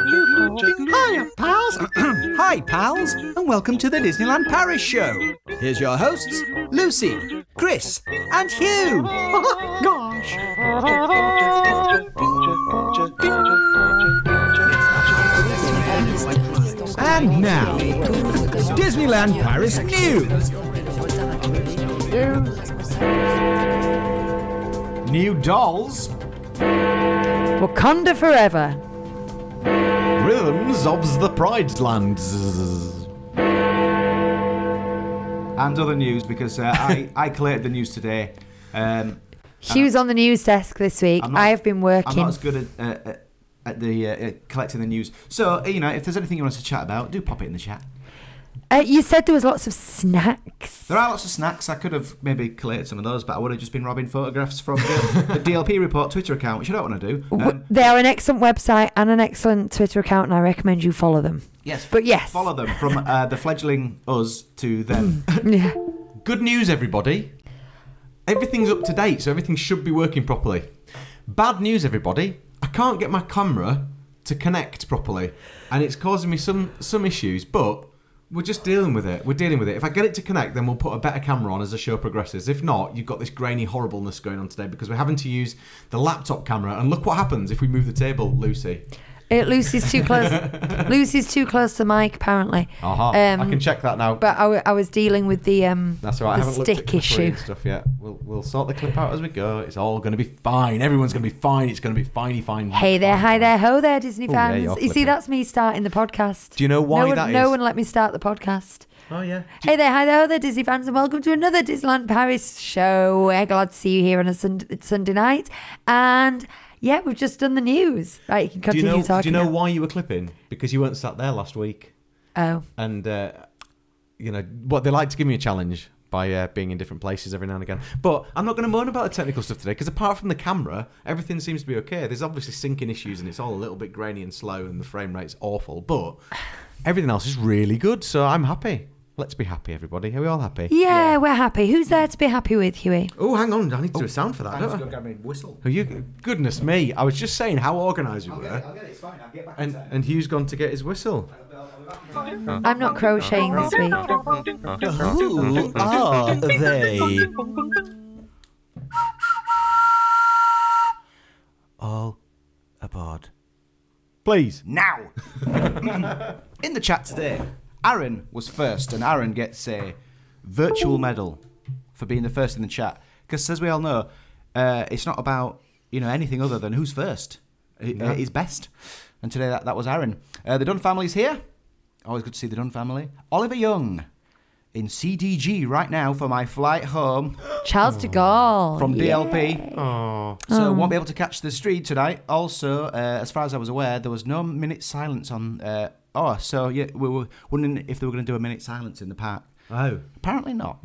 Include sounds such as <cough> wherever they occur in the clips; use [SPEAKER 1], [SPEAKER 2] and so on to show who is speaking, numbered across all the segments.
[SPEAKER 1] Hiya, pals! <clears throat> Hi, pals, and welcome to the Disneyland Paris show. Here's your hosts, Lucy, Chris, and Hugh. Gosh! And now, Disneyland Paris news. New dolls,
[SPEAKER 2] Wakanda forever.
[SPEAKER 3] Rhythms of the Pride Lands.
[SPEAKER 1] and other news because uh,
[SPEAKER 2] <laughs>
[SPEAKER 1] I I collated the news today. Um,
[SPEAKER 3] Uh,
[SPEAKER 2] Hugh's on the news desk this week.
[SPEAKER 1] I'm not-
[SPEAKER 2] I have been
[SPEAKER 1] I'm
[SPEAKER 2] working.
[SPEAKER 1] not as good at, uh, at- at the uh, uh, collecting the news. So uh, you know, if there's anything you want us to chat about, do pop it in the chat.
[SPEAKER 2] Uh, you said there was lots of snacks.
[SPEAKER 1] There are lots of snacks. I could have maybe collated some of those, but I would have just been robbing photographs from
[SPEAKER 2] <laughs>
[SPEAKER 1] the, the DLP report Twitter account, which I don't want to do.
[SPEAKER 2] W-
[SPEAKER 1] Um,
[SPEAKER 2] they are an excellent website and an excellent Twitter account, and I recommend you follow them.
[SPEAKER 1] yes,
[SPEAKER 2] But yes.
[SPEAKER 1] follow them from uh, the fledgling us
[SPEAKER 2] <laughs>
[SPEAKER 1] to them.
[SPEAKER 2] Yeah.
[SPEAKER 3] Good news, everybody. Everything's up to date, so everything should be working properly. Bad news, everybody. I can't get my camera to connect properly, and it's causing me some some issues. But we're just dealing with it. We're dealing with it. If I get it to connect, then we'll put a better camera on as the show progresses. If not, you've got this grainy horribleness going on today because we're having to use the laptop camera. And look what happens if we move the table, Lucy.
[SPEAKER 2] It, Lucy's too close.
[SPEAKER 3] <laughs>
[SPEAKER 2] Lucy's too close to the mic, apparently.
[SPEAKER 3] Aha! Uh-huh. I
[SPEAKER 2] Um,
[SPEAKER 3] can check that now.
[SPEAKER 2] But I, w- I was dealing with the um
[SPEAKER 3] That's all right.
[SPEAKER 2] the
[SPEAKER 3] I haven't
[SPEAKER 2] stick
[SPEAKER 3] looked at issue.
[SPEAKER 2] issue.
[SPEAKER 3] and stuff yet. We'll, we'll sort the clip out as we go. It's all going to be fine. Everyone's going to be fine. It's going to be finey, fine.
[SPEAKER 2] Hey there, hi there, ho there, Disney
[SPEAKER 3] Oh, yeah,
[SPEAKER 2] fans.
[SPEAKER 3] you're
[SPEAKER 2] you see,
[SPEAKER 3] flipping.
[SPEAKER 2] that's me starting the podcast.
[SPEAKER 3] Do you know why
[SPEAKER 2] no one,
[SPEAKER 3] that
[SPEAKER 2] no
[SPEAKER 3] is?
[SPEAKER 2] one let me start the podcast.
[SPEAKER 3] Oh yeah.
[SPEAKER 2] Hey there, hi there, ho there, Disney fans, and welcome to another Disneyland Paris show. We're glad to see you here on a Sun- Sunday night. And yeah, we've just done the news. Right, you can
[SPEAKER 3] Do you
[SPEAKER 2] continue
[SPEAKER 3] know? Do
[SPEAKER 2] talking.
[SPEAKER 3] you know
[SPEAKER 2] now.
[SPEAKER 3] why you were clipping? Because you weren't sat there last week,
[SPEAKER 2] Oh,
[SPEAKER 3] and uh, you know what they like to give me a challenge by uh, being in different places every now and again. But I'm not going to moan about the technical stuff today because apart from the camera, everything seems to be okay. There's obviously syncing issues, and it's all a little bit grainy and slow, and the frame rate's awful. But everything else is really good, so I'm happy. Let's be happy, everybody. Are we all happy?
[SPEAKER 2] yeah, we're happy. Who's there to be happy with, Huey?
[SPEAKER 3] Oh, hang on. I need to do a sound for that,
[SPEAKER 1] I
[SPEAKER 3] don't
[SPEAKER 1] just
[SPEAKER 3] I?
[SPEAKER 1] got to whistle.
[SPEAKER 3] Oh, you, goodness me. I was just saying how organised we
[SPEAKER 1] I'll get it.
[SPEAKER 3] were.
[SPEAKER 1] I'll get it. It's fine. I'll get back.
[SPEAKER 3] And,
[SPEAKER 1] in time.
[SPEAKER 3] and Hugh's gone to get his whistle.
[SPEAKER 2] I'm not crocheting this week.
[SPEAKER 3] Who are they? All aboard. Please.
[SPEAKER 1] Now, <laughs> in the chat today, Aaron was first, and Aaron gets a virtual medal for being the first in the chat. Because, as we all know, uh, it's not about you know anything other than who's first. It,
[SPEAKER 3] No.
[SPEAKER 1] it is best. And today that, that was Aaron. Uh, the Dunn family's here. Always good to see the Dunn family. Oliver Young in CDG right now for my flight home
[SPEAKER 2] Charles de Gaulle.
[SPEAKER 1] from
[SPEAKER 2] Oh, yeah.
[SPEAKER 1] DLP.
[SPEAKER 3] Oh.
[SPEAKER 1] So won't be able to catch the stream tonight. Also, uh, as far as I was aware, there was no minute silence on. Uh, oh, so yeah, we were wondering if they were going to do a minute silence in the park.
[SPEAKER 3] Oh.
[SPEAKER 1] Apparently not.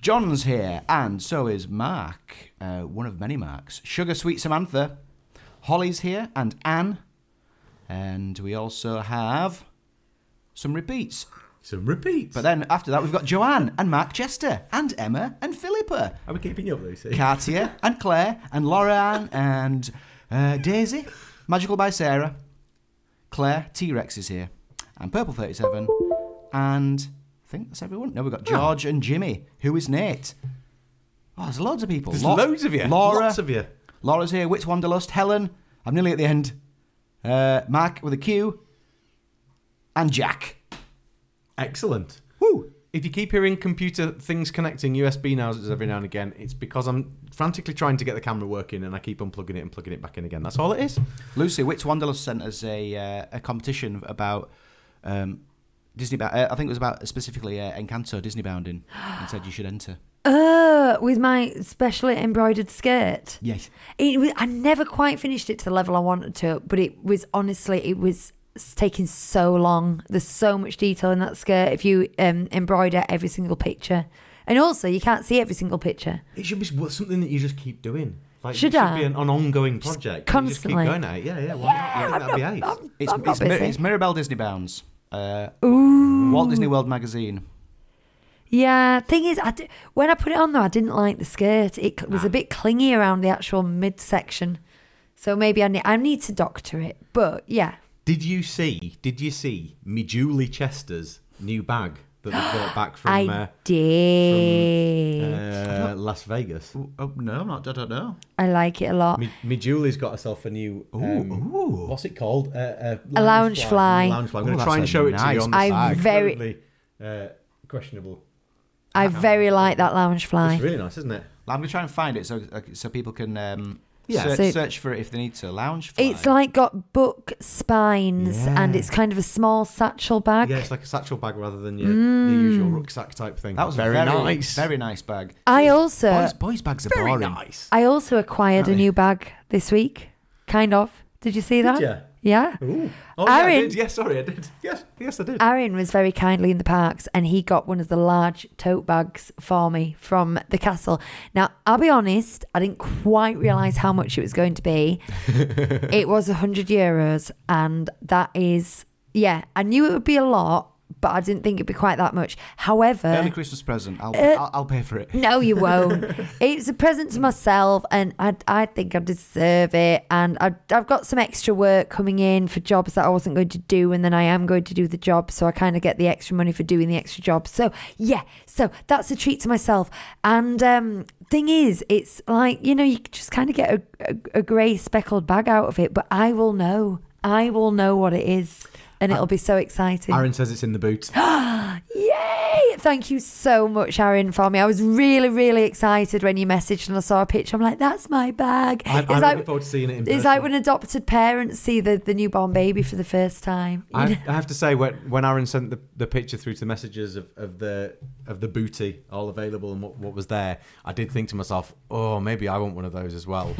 [SPEAKER 1] John's here, and so is Mark, uh, one of many Marks. Sugar Sweet Samantha, Holly's here, and Anne, and we also have some repeats.
[SPEAKER 3] Some repeats.
[SPEAKER 1] But then after that, we've got Joanne and Mark Chester and Emma and Philippa.
[SPEAKER 3] Are we keeping you up, Lucy?
[SPEAKER 1] Cartier and Claire and Laura Ann and uh, Daisy. Magical by Sarah. Claire, T Rex is here. And Purple 37. And I think that's everyone. No, we've
[SPEAKER 3] Oh.
[SPEAKER 1] got George and Jimmy. Who is Nate? Oh, there's loads of people.
[SPEAKER 3] There's
[SPEAKER 1] Lo-
[SPEAKER 3] loads of you.
[SPEAKER 1] Laura.
[SPEAKER 3] Lots of you.
[SPEAKER 1] Laura's here. Wits Wanderlust. Helen. I'm nearly at the end. Uh, Mark with a Q. And Jack.
[SPEAKER 3] Excellent.
[SPEAKER 1] Woo!
[SPEAKER 3] If you keep hearing computer things connecting USB now's every now and again, it's because I'm frantically trying to get the camera working and I keep unplugging it and plugging it back in again. That's all it is.
[SPEAKER 1] Lucy, Wits Wanderlust sent us a uh, a competition about um, Disney. Ba- uh, I think it was about specifically uh, Encanto Disney Bounding, and said you should enter.
[SPEAKER 2] Uh, with my specially embroidered skirt.
[SPEAKER 1] <gasps> Yes.
[SPEAKER 2] It was, I never quite finished it to the level I wanted to, but it was honestly, it was s- taking so long. There's so much detail in that skirt if you um, embroider every single picture. And also, you can't see every single picture.
[SPEAKER 3] It should be something that you just keep doing. Like
[SPEAKER 2] Should
[SPEAKER 3] it should
[SPEAKER 2] I?
[SPEAKER 3] be an, an ongoing project.
[SPEAKER 2] constantly.
[SPEAKER 3] You just keep going at it. Yeah, yeah. Why yeah, not? Yeah, that'd be ace.
[SPEAKER 2] I'm,
[SPEAKER 1] It's
[SPEAKER 2] I'm not
[SPEAKER 1] it's, Mir-
[SPEAKER 2] busy.
[SPEAKER 1] it's Mirabelle Disney Bounds. Uh, Walt Disney World magazine.
[SPEAKER 2] yeah, thing is, I d- when I put it on though, I didn't like the skirt. It cl-
[SPEAKER 3] Ah.
[SPEAKER 2] was a bit clingy around the actual midsection. So maybe I need, I need to doctor it. But yeah,
[SPEAKER 3] Did you see? Did you see me Julie Chester's new bag that they brought back from
[SPEAKER 2] I
[SPEAKER 3] uh,
[SPEAKER 2] did.
[SPEAKER 3] uh, Las Vegas?
[SPEAKER 1] Oh no, I'm not. I don't know.
[SPEAKER 2] I like it a lot.
[SPEAKER 3] Me, me Julie's got herself a new. um, What's it called? Uh, uh,
[SPEAKER 2] A lounge fly.
[SPEAKER 3] Lounge fly. I'm
[SPEAKER 1] Oh,
[SPEAKER 3] going to
[SPEAKER 1] that's
[SPEAKER 3] try
[SPEAKER 1] a
[SPEAKER 3] and show it to
[SPEAKER 1] nice
[SPEAKER 3] you on the
[SPEAKER 2] I
[SPEAKER 3] side.
[SPEAKER 2] very-
[SPEAKER 3] Currently, uh, questionable.
[SPEAKER 2] I
[SPEAKER 3] <laughs>
[SPEAKER 2] very like that lounge fly.
[SPEAKER 3] It's really nice, isn't it?
[SPEAKER 1] I'm gonna try and find it so uh, so people can um,
[SPEAKER 3] Yeah.
[SPEAKER 1] search,
[SPEAKER 2] So-
[SPEAKER 1] search for it if they need to. Lounge. Fly.
[SPEAKER 2] It's like got book spines and
[SPEAKER 3] Yeah.
[SPEAKER 2] it's kind of a small satchel bag.
[SPEAKER 3] Yeah, it's like a satchel bag rather than your, your
[SPEAKER 2] Mm.
[SPEAKER 3] usual rucksack type thing.
[SPEAKER 1] that was a
[SPEAKER 3] very, nice.
[SPEAKER 1] Very nice bag.
[SPEAKER 2] I also
[SPEAKER 1] boys, boys bags are
[SPEAKER 3] very
[SPEAKER 1] boring.
[SPEAKER 3] nice.
[SPEAKER 2] I also acquired a
[SPEAKER 1] Really?
[SPEAKER 2] new bag this week. Kind of. Did you see that?
[SPEAKER 3] ya? <laughs>
[SPEAKER 2] Yeah.
[SPEAKER 3] Ooh. Oh, yeah, I
[SPEAKER 2] Aaron-
[SPEAKER 3] did. Yes, sorry, I did. Yes, yes, I did.
[SPEAKER 2] Aaron was very kindly in the parks and he got one of the large tote bags for me from the castle. Now, I'll be honest, I didn't quite realise how much it was going
[SPEAKER 3] <laughs>
[SPEAKER 2] to be. it was 100 euros, and that is, yeah, I knew it would be a lot, but I didn't think it'd be quite that much.
[SPEAKER 1] Early
[SPEAKER 2] However,
[SPEAKER 1] Christmas present. I'll,
[SPEAKER 2] Uh,
[SPEAKER 1] I'll I'll pay for it.
[SPEAKER 2] no, you won't. it's a present to myself, and I, I think I deserve it. And I, I've got some extra work coming in for jobs that I wasn't going to do, and then I am going to do the job, so I kind of get the extra money for doing the extra job. So yeah, so that's a treat to myself. And um, thing is, it's like you know, you just kind of get a, a, a grey speckled bag out of it, but I will know, I will know what it is, and it'll be so exciting.
[SPEAKER 3] Aaron says it's in the
[SPEAKER 2] <gasps>
[SPEAKER 3] boot.
[SPEAKER 2] Yay! Thank you so much, Aaron, for me. I was really, really excited when you messaged and I saw a picture. I'm like, that's my bag.
[SPEAKER 3] I'm,
[SPEAKER 2] it's
[SPEAKER 3] I'm looking
[SPEAKER 2] like
[SPEAKER 3] forward to seeing it in
[SPEAKER 2] it's
[SPEAKER 3] person.
[SPEAKER 2] like when adopted parents see the, the newborn baby for the first time. You
[SPEAKER 3] <laughs>
[SPEAKER 2] know?
[SPEAKER 3] I, I have to say, when, when Aaron sent the, the picture through to the messages of, of the of the booty all available and what, what was there, I did think to myself, oh, maybe I want one of those as well.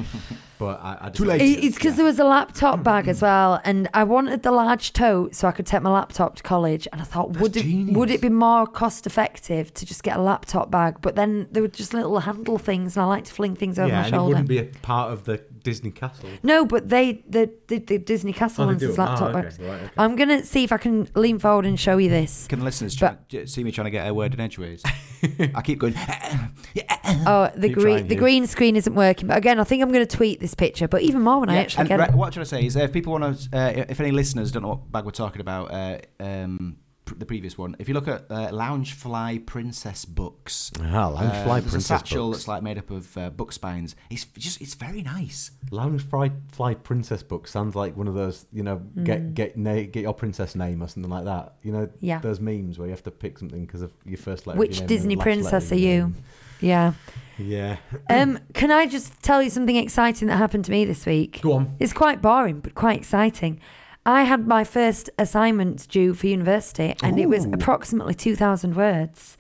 [SPEAKER 3] but I, I just,
[SPEAKER 1] Too late.
[SPEAKER 2] It- It's because there was a laptop bag as well, and I wanted the large tote so I could take my laptop to college. And I thought, would it,
[SPEAKER 3] genius.
[SPEAKER 2] would it be more cost effective to just get a laptop bag? But then there were just little handle things, and I like to fling things over
[SPEAKER 3] Yeah,
[SPEAKER 2] my
[SPEAKER 3] and it
[SPEAKER 2] shoulder.
[SPEAKER 3] wouldn't be a part of the Disney castle.
[SPEAKER 2] no, but they the the, the Disney Castle
[SPEAKER 3] Oh, they
[SPEAKER 2] ones
[SPEAKER 3] do
[SPEAKER 2] is
[SPEAKER 3] them. Ah,
[SPEAKER 2] laptop
[SPEAKER 3] okay,
[SPEAKER 2] bags.
[SPEAKER 3] right, okay.
[SPEAKER 2] I'm gonna see if I can lean forward and show you
[SPEAKER 1] <coughs>
[SPEAKER 2] this.
[SPEAKER 1] Can listeners try,
[SPEAKER 2] But-
[SPEAKER 1] see me trying to get a word
[SPEAKER 2] <laughs>
[SPEAKER 1] in edgeways? I keep going. "Eh,
[SPEAKER 2] Oh, the
[SPEAKER 3] Keep
[SPEAKER 2] green
[SPEAKER 3] trying,
[SPEAKER 2] the
[SPEAKER 3] Hugh.
[SPEAKER 2] green screen isn't working. But again, I think I'm gonna tweet this picture. But even more when I
[SPEAKER 1] Yeah,
[SPEAKER 2] actually
[SPEAKER 1] and
[SPEAKER 2] get
[SPEAKER 1] re-
[SPEAKER 2] it.
[SPEAKER 1] What should I say is uh, if people want to, uh, if any listeners don't know what bag we're talking about, uh, um, pr- the previous one, if you look at uh, Lounge Fly Princess Books,
[SPEAKER 3] Ah, Lounge
[SPEAKER 1] uh,
[SPEAKER 3] Fly
[SPEAKER 1] there's
[SPEAKER 3] Princess
[SPEAKER 1] a satchel
[SPEAKER 3] Books.
[SPEAKER 1] that's like made up of uh, book spines. It's just, it's very nice.
[SPEAKER 3] Lounge Fly, Fly Princess book sounds like one of those, you know, get get na- get your princess name or something like that. You know,
[SPEAKER 2] Mm. Yeah.
[SPEAKER 3] those memes where you have to pick something because of your first letter. of
[SPEAKER 2] Which
[SPEAKER 3] your name and
[SPEAKER 2] Disney
[SPEAKER 3] the last
[SPEAKER 2] princess
[SPEAKER 3] letter
[SPEAKER 2] are
[SPEAKER 3] of your
[SPEAKER 2] you?
[SPEAKER 1] <coughs>
[SPEAKER 2] Yeah.
[SPEAKER 3] name. Yeah.
[SPEAKER 2] Um, can I just tell you something exciting that happened to me this week?
[SPEAKER 3] Go on.
[SPEAKER 2] It's quite boring, but quite exciting. I had my first assignment due for university, and it was
[SPEAKER 1] Ooh.
[SPEAKER 2] approximately 2,000 words.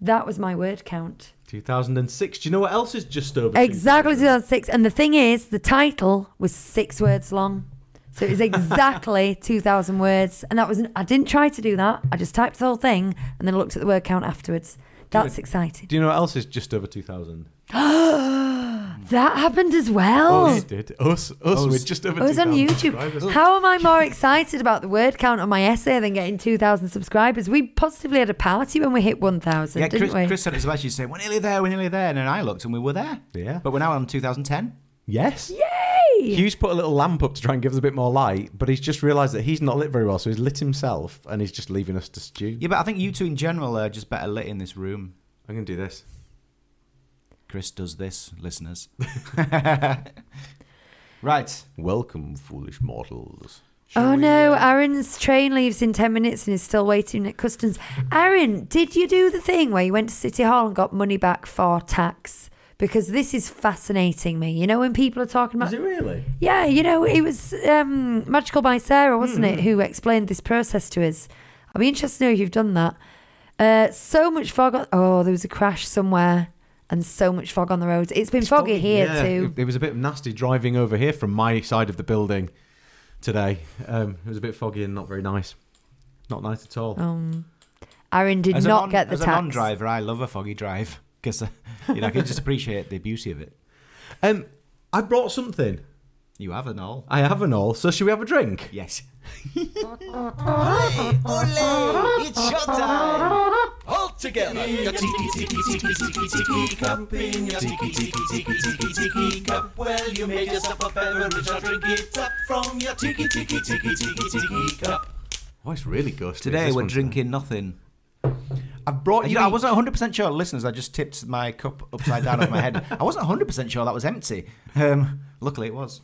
[SPEAKER 2] That was my word count.
[SPEAKER 3] 2006. Do you know what else is just over?
[SPEAKER 2] Exactly 2006. And the thing is, the title was six words long. So it
[SPEAKER 1] <laughs>
[SPEAKER 2] was exactly 2,000 words. And that was, I didn't try to do that. I just typed the whole thing and then looked at the word count afterwards. That's exciting. <gasps>
[SPEAKER 3] Do you know what else is just over 2000?
[SPEAKER 2] That happened as well.
[SPEAKER 1] Oh,
[SPEAKER 3] Us did. Us. Us.
[SPEAKER 1] Us.
[SPEAKER 3] We're just over
[SPEAKER 2] I was Oh, on
[SPEAKER 3] 2000
[SPEAKER 2] YouTube.
[SPEAKER 3] subscribers.
[SPEAKER 2] How am I more excited about the word count on my essay than getting 2,000 subscribers? We positively had a party when we hit 1,000,
[SPEAKER 1] yeah,
[SPEAKER 2] didn't
[SPEAKER 1] Chris,
[SPEAKER 2] we?
[SPEAKER 1] Chris said it was about you saying, we're nearly there, we're nearly there. And then I looked and we were there.
[SPEAKER 3] Yeah.
[SPEAKER 1] But we're now on 2010.
[SPEAKER 3] Yes.
[SPEAKER 2] Yay!
[SPEAKER 3] Hugh's put a little lamp up to try and give us a bit more light, but he's just realised that he's not lit very well, so he's lit himself and he's just leaving us to stew.
[SPEAKER 1] Yeah, but I think you two in general are just better lit in this room.
[SPEAKER 3] I'm going to do this.
[SPEAKER 1] Chris does this,
[SPEAKER 3] <laughs>
[SPEAKER 1] listeners. <laughs> right.
[SPEAKER 3] Welcome, foolish mortals.
[SPEAKER 2] oh no, Aaron's train leaves in 10 minutes and is still waiting at customs. Aaron, did you do the thing where you went to City Hall and got money back for tax? Because this is fascinating me. You know, when people are talking about.
[SPEAKER 3] Is it really?
[SPEAKER 2] Yeah, you know, it was um, Magical by Sarah, wasn't
[SPEAKER 1] Hmm.
[SPEAKER 2] it, who explained this process to us. I'd be interested to know if you've done that. Uh, so much fog on. Oh, there was a crash somewhere and so much fog on the roads. It's been foggy, here, too.
[SPEAKER 3] It, it was a bit nasty driving over here from my side of the building today. Um, it was a bit foggy and not very nice. Not nice at all.
[SPEAKER 2] Um, Aaron did
[SPEAKER 1] As a
[SPEAKER 2] not
[SPEAKER 1] non-
[SPEAKER 2] get the
[SPEAKER 1] As a
[SPEAKER 2] tax.
[SPEAKER 1] non-driver, I love a foggy drive because you know I can just appreciate the beauty of it.
[SPEAKER 3] Um, I brought something.
[SPEAKER 1] You have
[SPEAKER 3] <laughs>
[SPEAKER 1] an all.
[SPEAKER 3] I have an all, so should we have a drink?
[SPEAKER 1] Yes. Ole! Ole! It's showtime!
[SPEAKER 4] all together. Your tiki tiki tiki tiki tiki cup in your tiki tiki tiki tiki tiki cup. Well, you made yourself a beverage. Now drink it up from your tiki tiki tiki tiki tiki cup.
[SPEAKER 3] Oh, it's really gusty.
[SPEAKER 1] Today
[SPEAKER 3] This
[SPEAKER 1] we're
[SPEAKER 3] one's-
[SPEAKER 1] drinking nothing.
[SPEAKER 3] I brought
[SPEAKER 1] You
[SPEAKER 3] you.
[SPEAKER 1] know, I wasn't 100 percent sure. Listeners, I just tipped my cup upside down over my head. I wasn't 100 percent sure that was empty. Um, luckily, it was.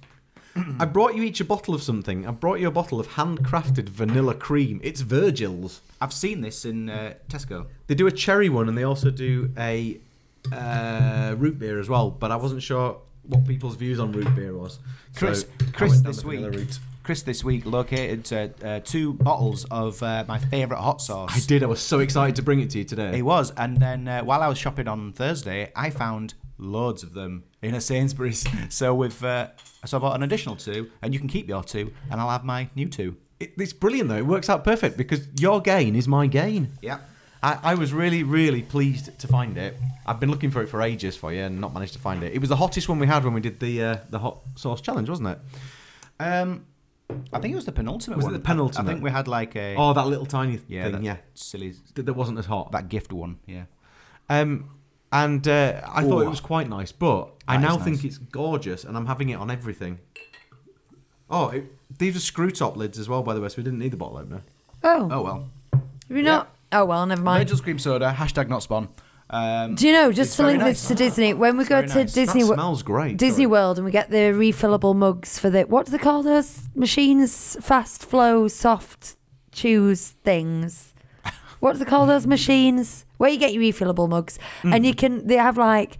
[SPEAKER 3] I brought you each a bottle of something. I brought you a bottle of handcrafted vanilla cream. It's Virgil's.
[SPEAKER 1] I've seen this in uh, Tesco.
[SPEAKER 3] They do a cherry one, and they also do a uh, root beer as well. But I wasn't sure what people's views on root beer was. So
[SPEAKER 1] Chris,
[SPEAKER 3] I
[SPEAKER 1] Chris
[SPEAKER 3] went down
[SPEAKER 1] this
[SPEAKER 3] the
[SPEAKER 1] week,
[SPEAKER 3] vanilla route.
[SPEAKER 1] Chris this week located uh, uh, two bottles of uh, my favourite hot sauce.
[SPEAKER 3] I did. I was so excited to bring it to you today.
[SPEAKER 1] He was, and then uh, while I was shopping on Thursday, I found loads of them in
[SPEAKER 3] <laughs>
[SPEAKER 1] a Sainsbury's. So with uh, so I bought an additional two, and you can keep your two, and I'll have my new two.
[SPEAKER 3] It- it's brilliant though. It works out perfect because your gain is my gain.
[SPEAKER 1] Yeah.
[SPEAKER 3] I, I was really, really pleased to find it. I've been looking for it for ages for you and not managed to find it. It was the hottest one we had when we did the uh, the hot sauce challenge, wasn't it?
[SPEAKER 1] Um, I think it was the penultimate.
[SPEAKER 3] Was it
[SPEAKER 1] one.
[SPEAKER 3] the penultimate?
[SPEAKER 1] I think we had like a
[SPEAKER 3] Oh, that little tiny
[SPEAKER 1] yeah,
[SPEAKER 3] thing,
[SPEAKER 1] that
[SPEAKER 3] yeah.
[SPEAKER 1] silly
[SPEAKER 3] That, that wasn't as hot.
[SPEAKER 1] that gift one, yeah.
[SPEAKER 3] Um, and uh, I thought it
[SPEAKER 1] Ooh.
[SPEAKER 3] was quite nice, but I
[SPEAKER 1] That
[SPEAKER 3] now
[SPEAKER 1] is nice.
[SPEAKER 3] think it's gorgeous, and I'm having it on everything. Oh, it, these are screw top lids as well, by the way, so we didn't need the bottle opener.
[SPEAKER 2] Oh,
[SPEAKER 1] Oh well.
[SPEAKER 2] you not. Oh well, never mind.
[SPEAKER 1] Virgil's cream soda hashtag not spawn. Um,
[SPEAKER 2] Do you know, just
[SPEAKER 1] It's
[SPEAKER 2] to
[SPEAKER 1] very
[SPEAKER 2] link
[SPEAKER 1] nice.
[SPEAKER 2] this to Disney, when we go
[SPEAKER 1] very
[SPEAKER 2] to
[SPEAKER 1] nice. That
[SPEAKER 2] Disney,
[SPEAKER 3] that
[SPEAKER 2] Wo-
[SPEAKER 3] smells great.
[SPEAKER 2] Disney World and we get the refillable mugs for the what do they call those machines? Fast flow, soft chews things. What do they call those machines? Where you get your refillable mugs,
[SPEAKER 1] Hmm.
[SPEAKER 2] and you can they have like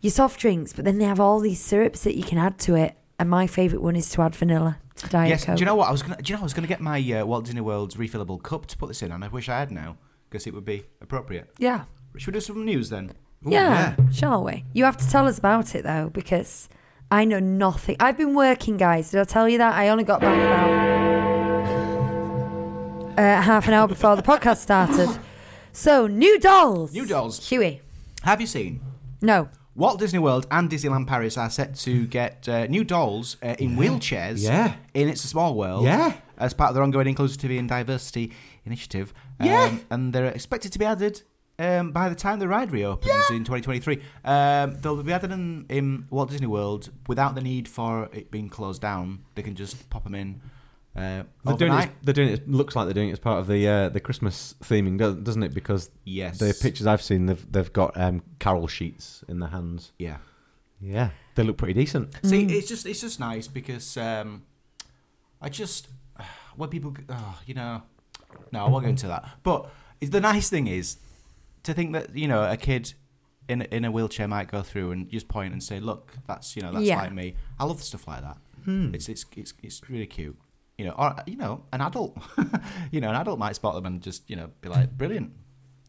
[SPEAKER 2] your soft drinks, but then they have all these syrups that you can add to it. And my favourite one is to add vanilla to diet
[SPEAKER 1] yes.
[SPEAKER 2] coke.
[SPEAKER 1] Do you know what I was gonna? Do you know I was gonna get my uh, Walt Disney World's refillable cup to put this in, and I wish I had now because it would be appropriate.
[SPEAKER 2] Yeah.
[SPEAKER 1] Should we do some news then?
[SPEAKER 3] Ooh,
[SPEAKER 2] yeah, shall we? You have to tell us about it though, because I know nothing. I've been working, guys. Did I tell you that? I only got back about uh, half an hour before the podcast started. So, new dolls.
[SPEAKER 1] New dolls.
[SPEAKER 2] Huey.
[SPEAKER 1] Have you seen?
[SPEAKER 2] No.
[SPEAKER 1] Walt Disney World and Disneyland Paris are set to get uh, new dolls uh, in wheelchairs.
[SPEAKER 3] Yeah.
[SPEAKER 1] In It's a Small World.
[SPEAKER 3] Yeah.
[SPEAKER 1] As part of their ongoing inclusivity and diversity initiative. Um,
[SPEAKER 3] Yeah.
[SPEAKER 1] And they're expected to be added um, by the time the ride reopens in 2023. Um, they'll be added in, in Walt Disney World without the need for it being closed down. They can just pop them in. Uh,
[SPEAKER 3] They're doing, it,
[SPEAKER 1] overnight.
[SPEAKER 3] they're doing it. Looks like they're doing it as part of the uh, the Christmas theming, do- doesn't it? Because
[SPEAKER 1] Yes.
[SPEAKER 3] the pictures I've seen, they've they've got um, carol sheets in their hands.
[SPEAKER 1] Yeah.
[SPEAKER 3] Yeah, they look pretty decent.
[SPEAKER 1] See, it's just it's just nice because um, I just <sighs> when people oh, you know no I won't go into that. But is- the nice thing is to think that you know a kid in in a wheelchair might go through and just point and say, look, that's you know that's
[SPEAKER 2] Yeah.
[SPEAKER 1] like me. I love stuff like that. It's it's it's it's really cute. You know, or you know, an adult, <laughs> you know, an adult might spot them and just you know be like, brilliant.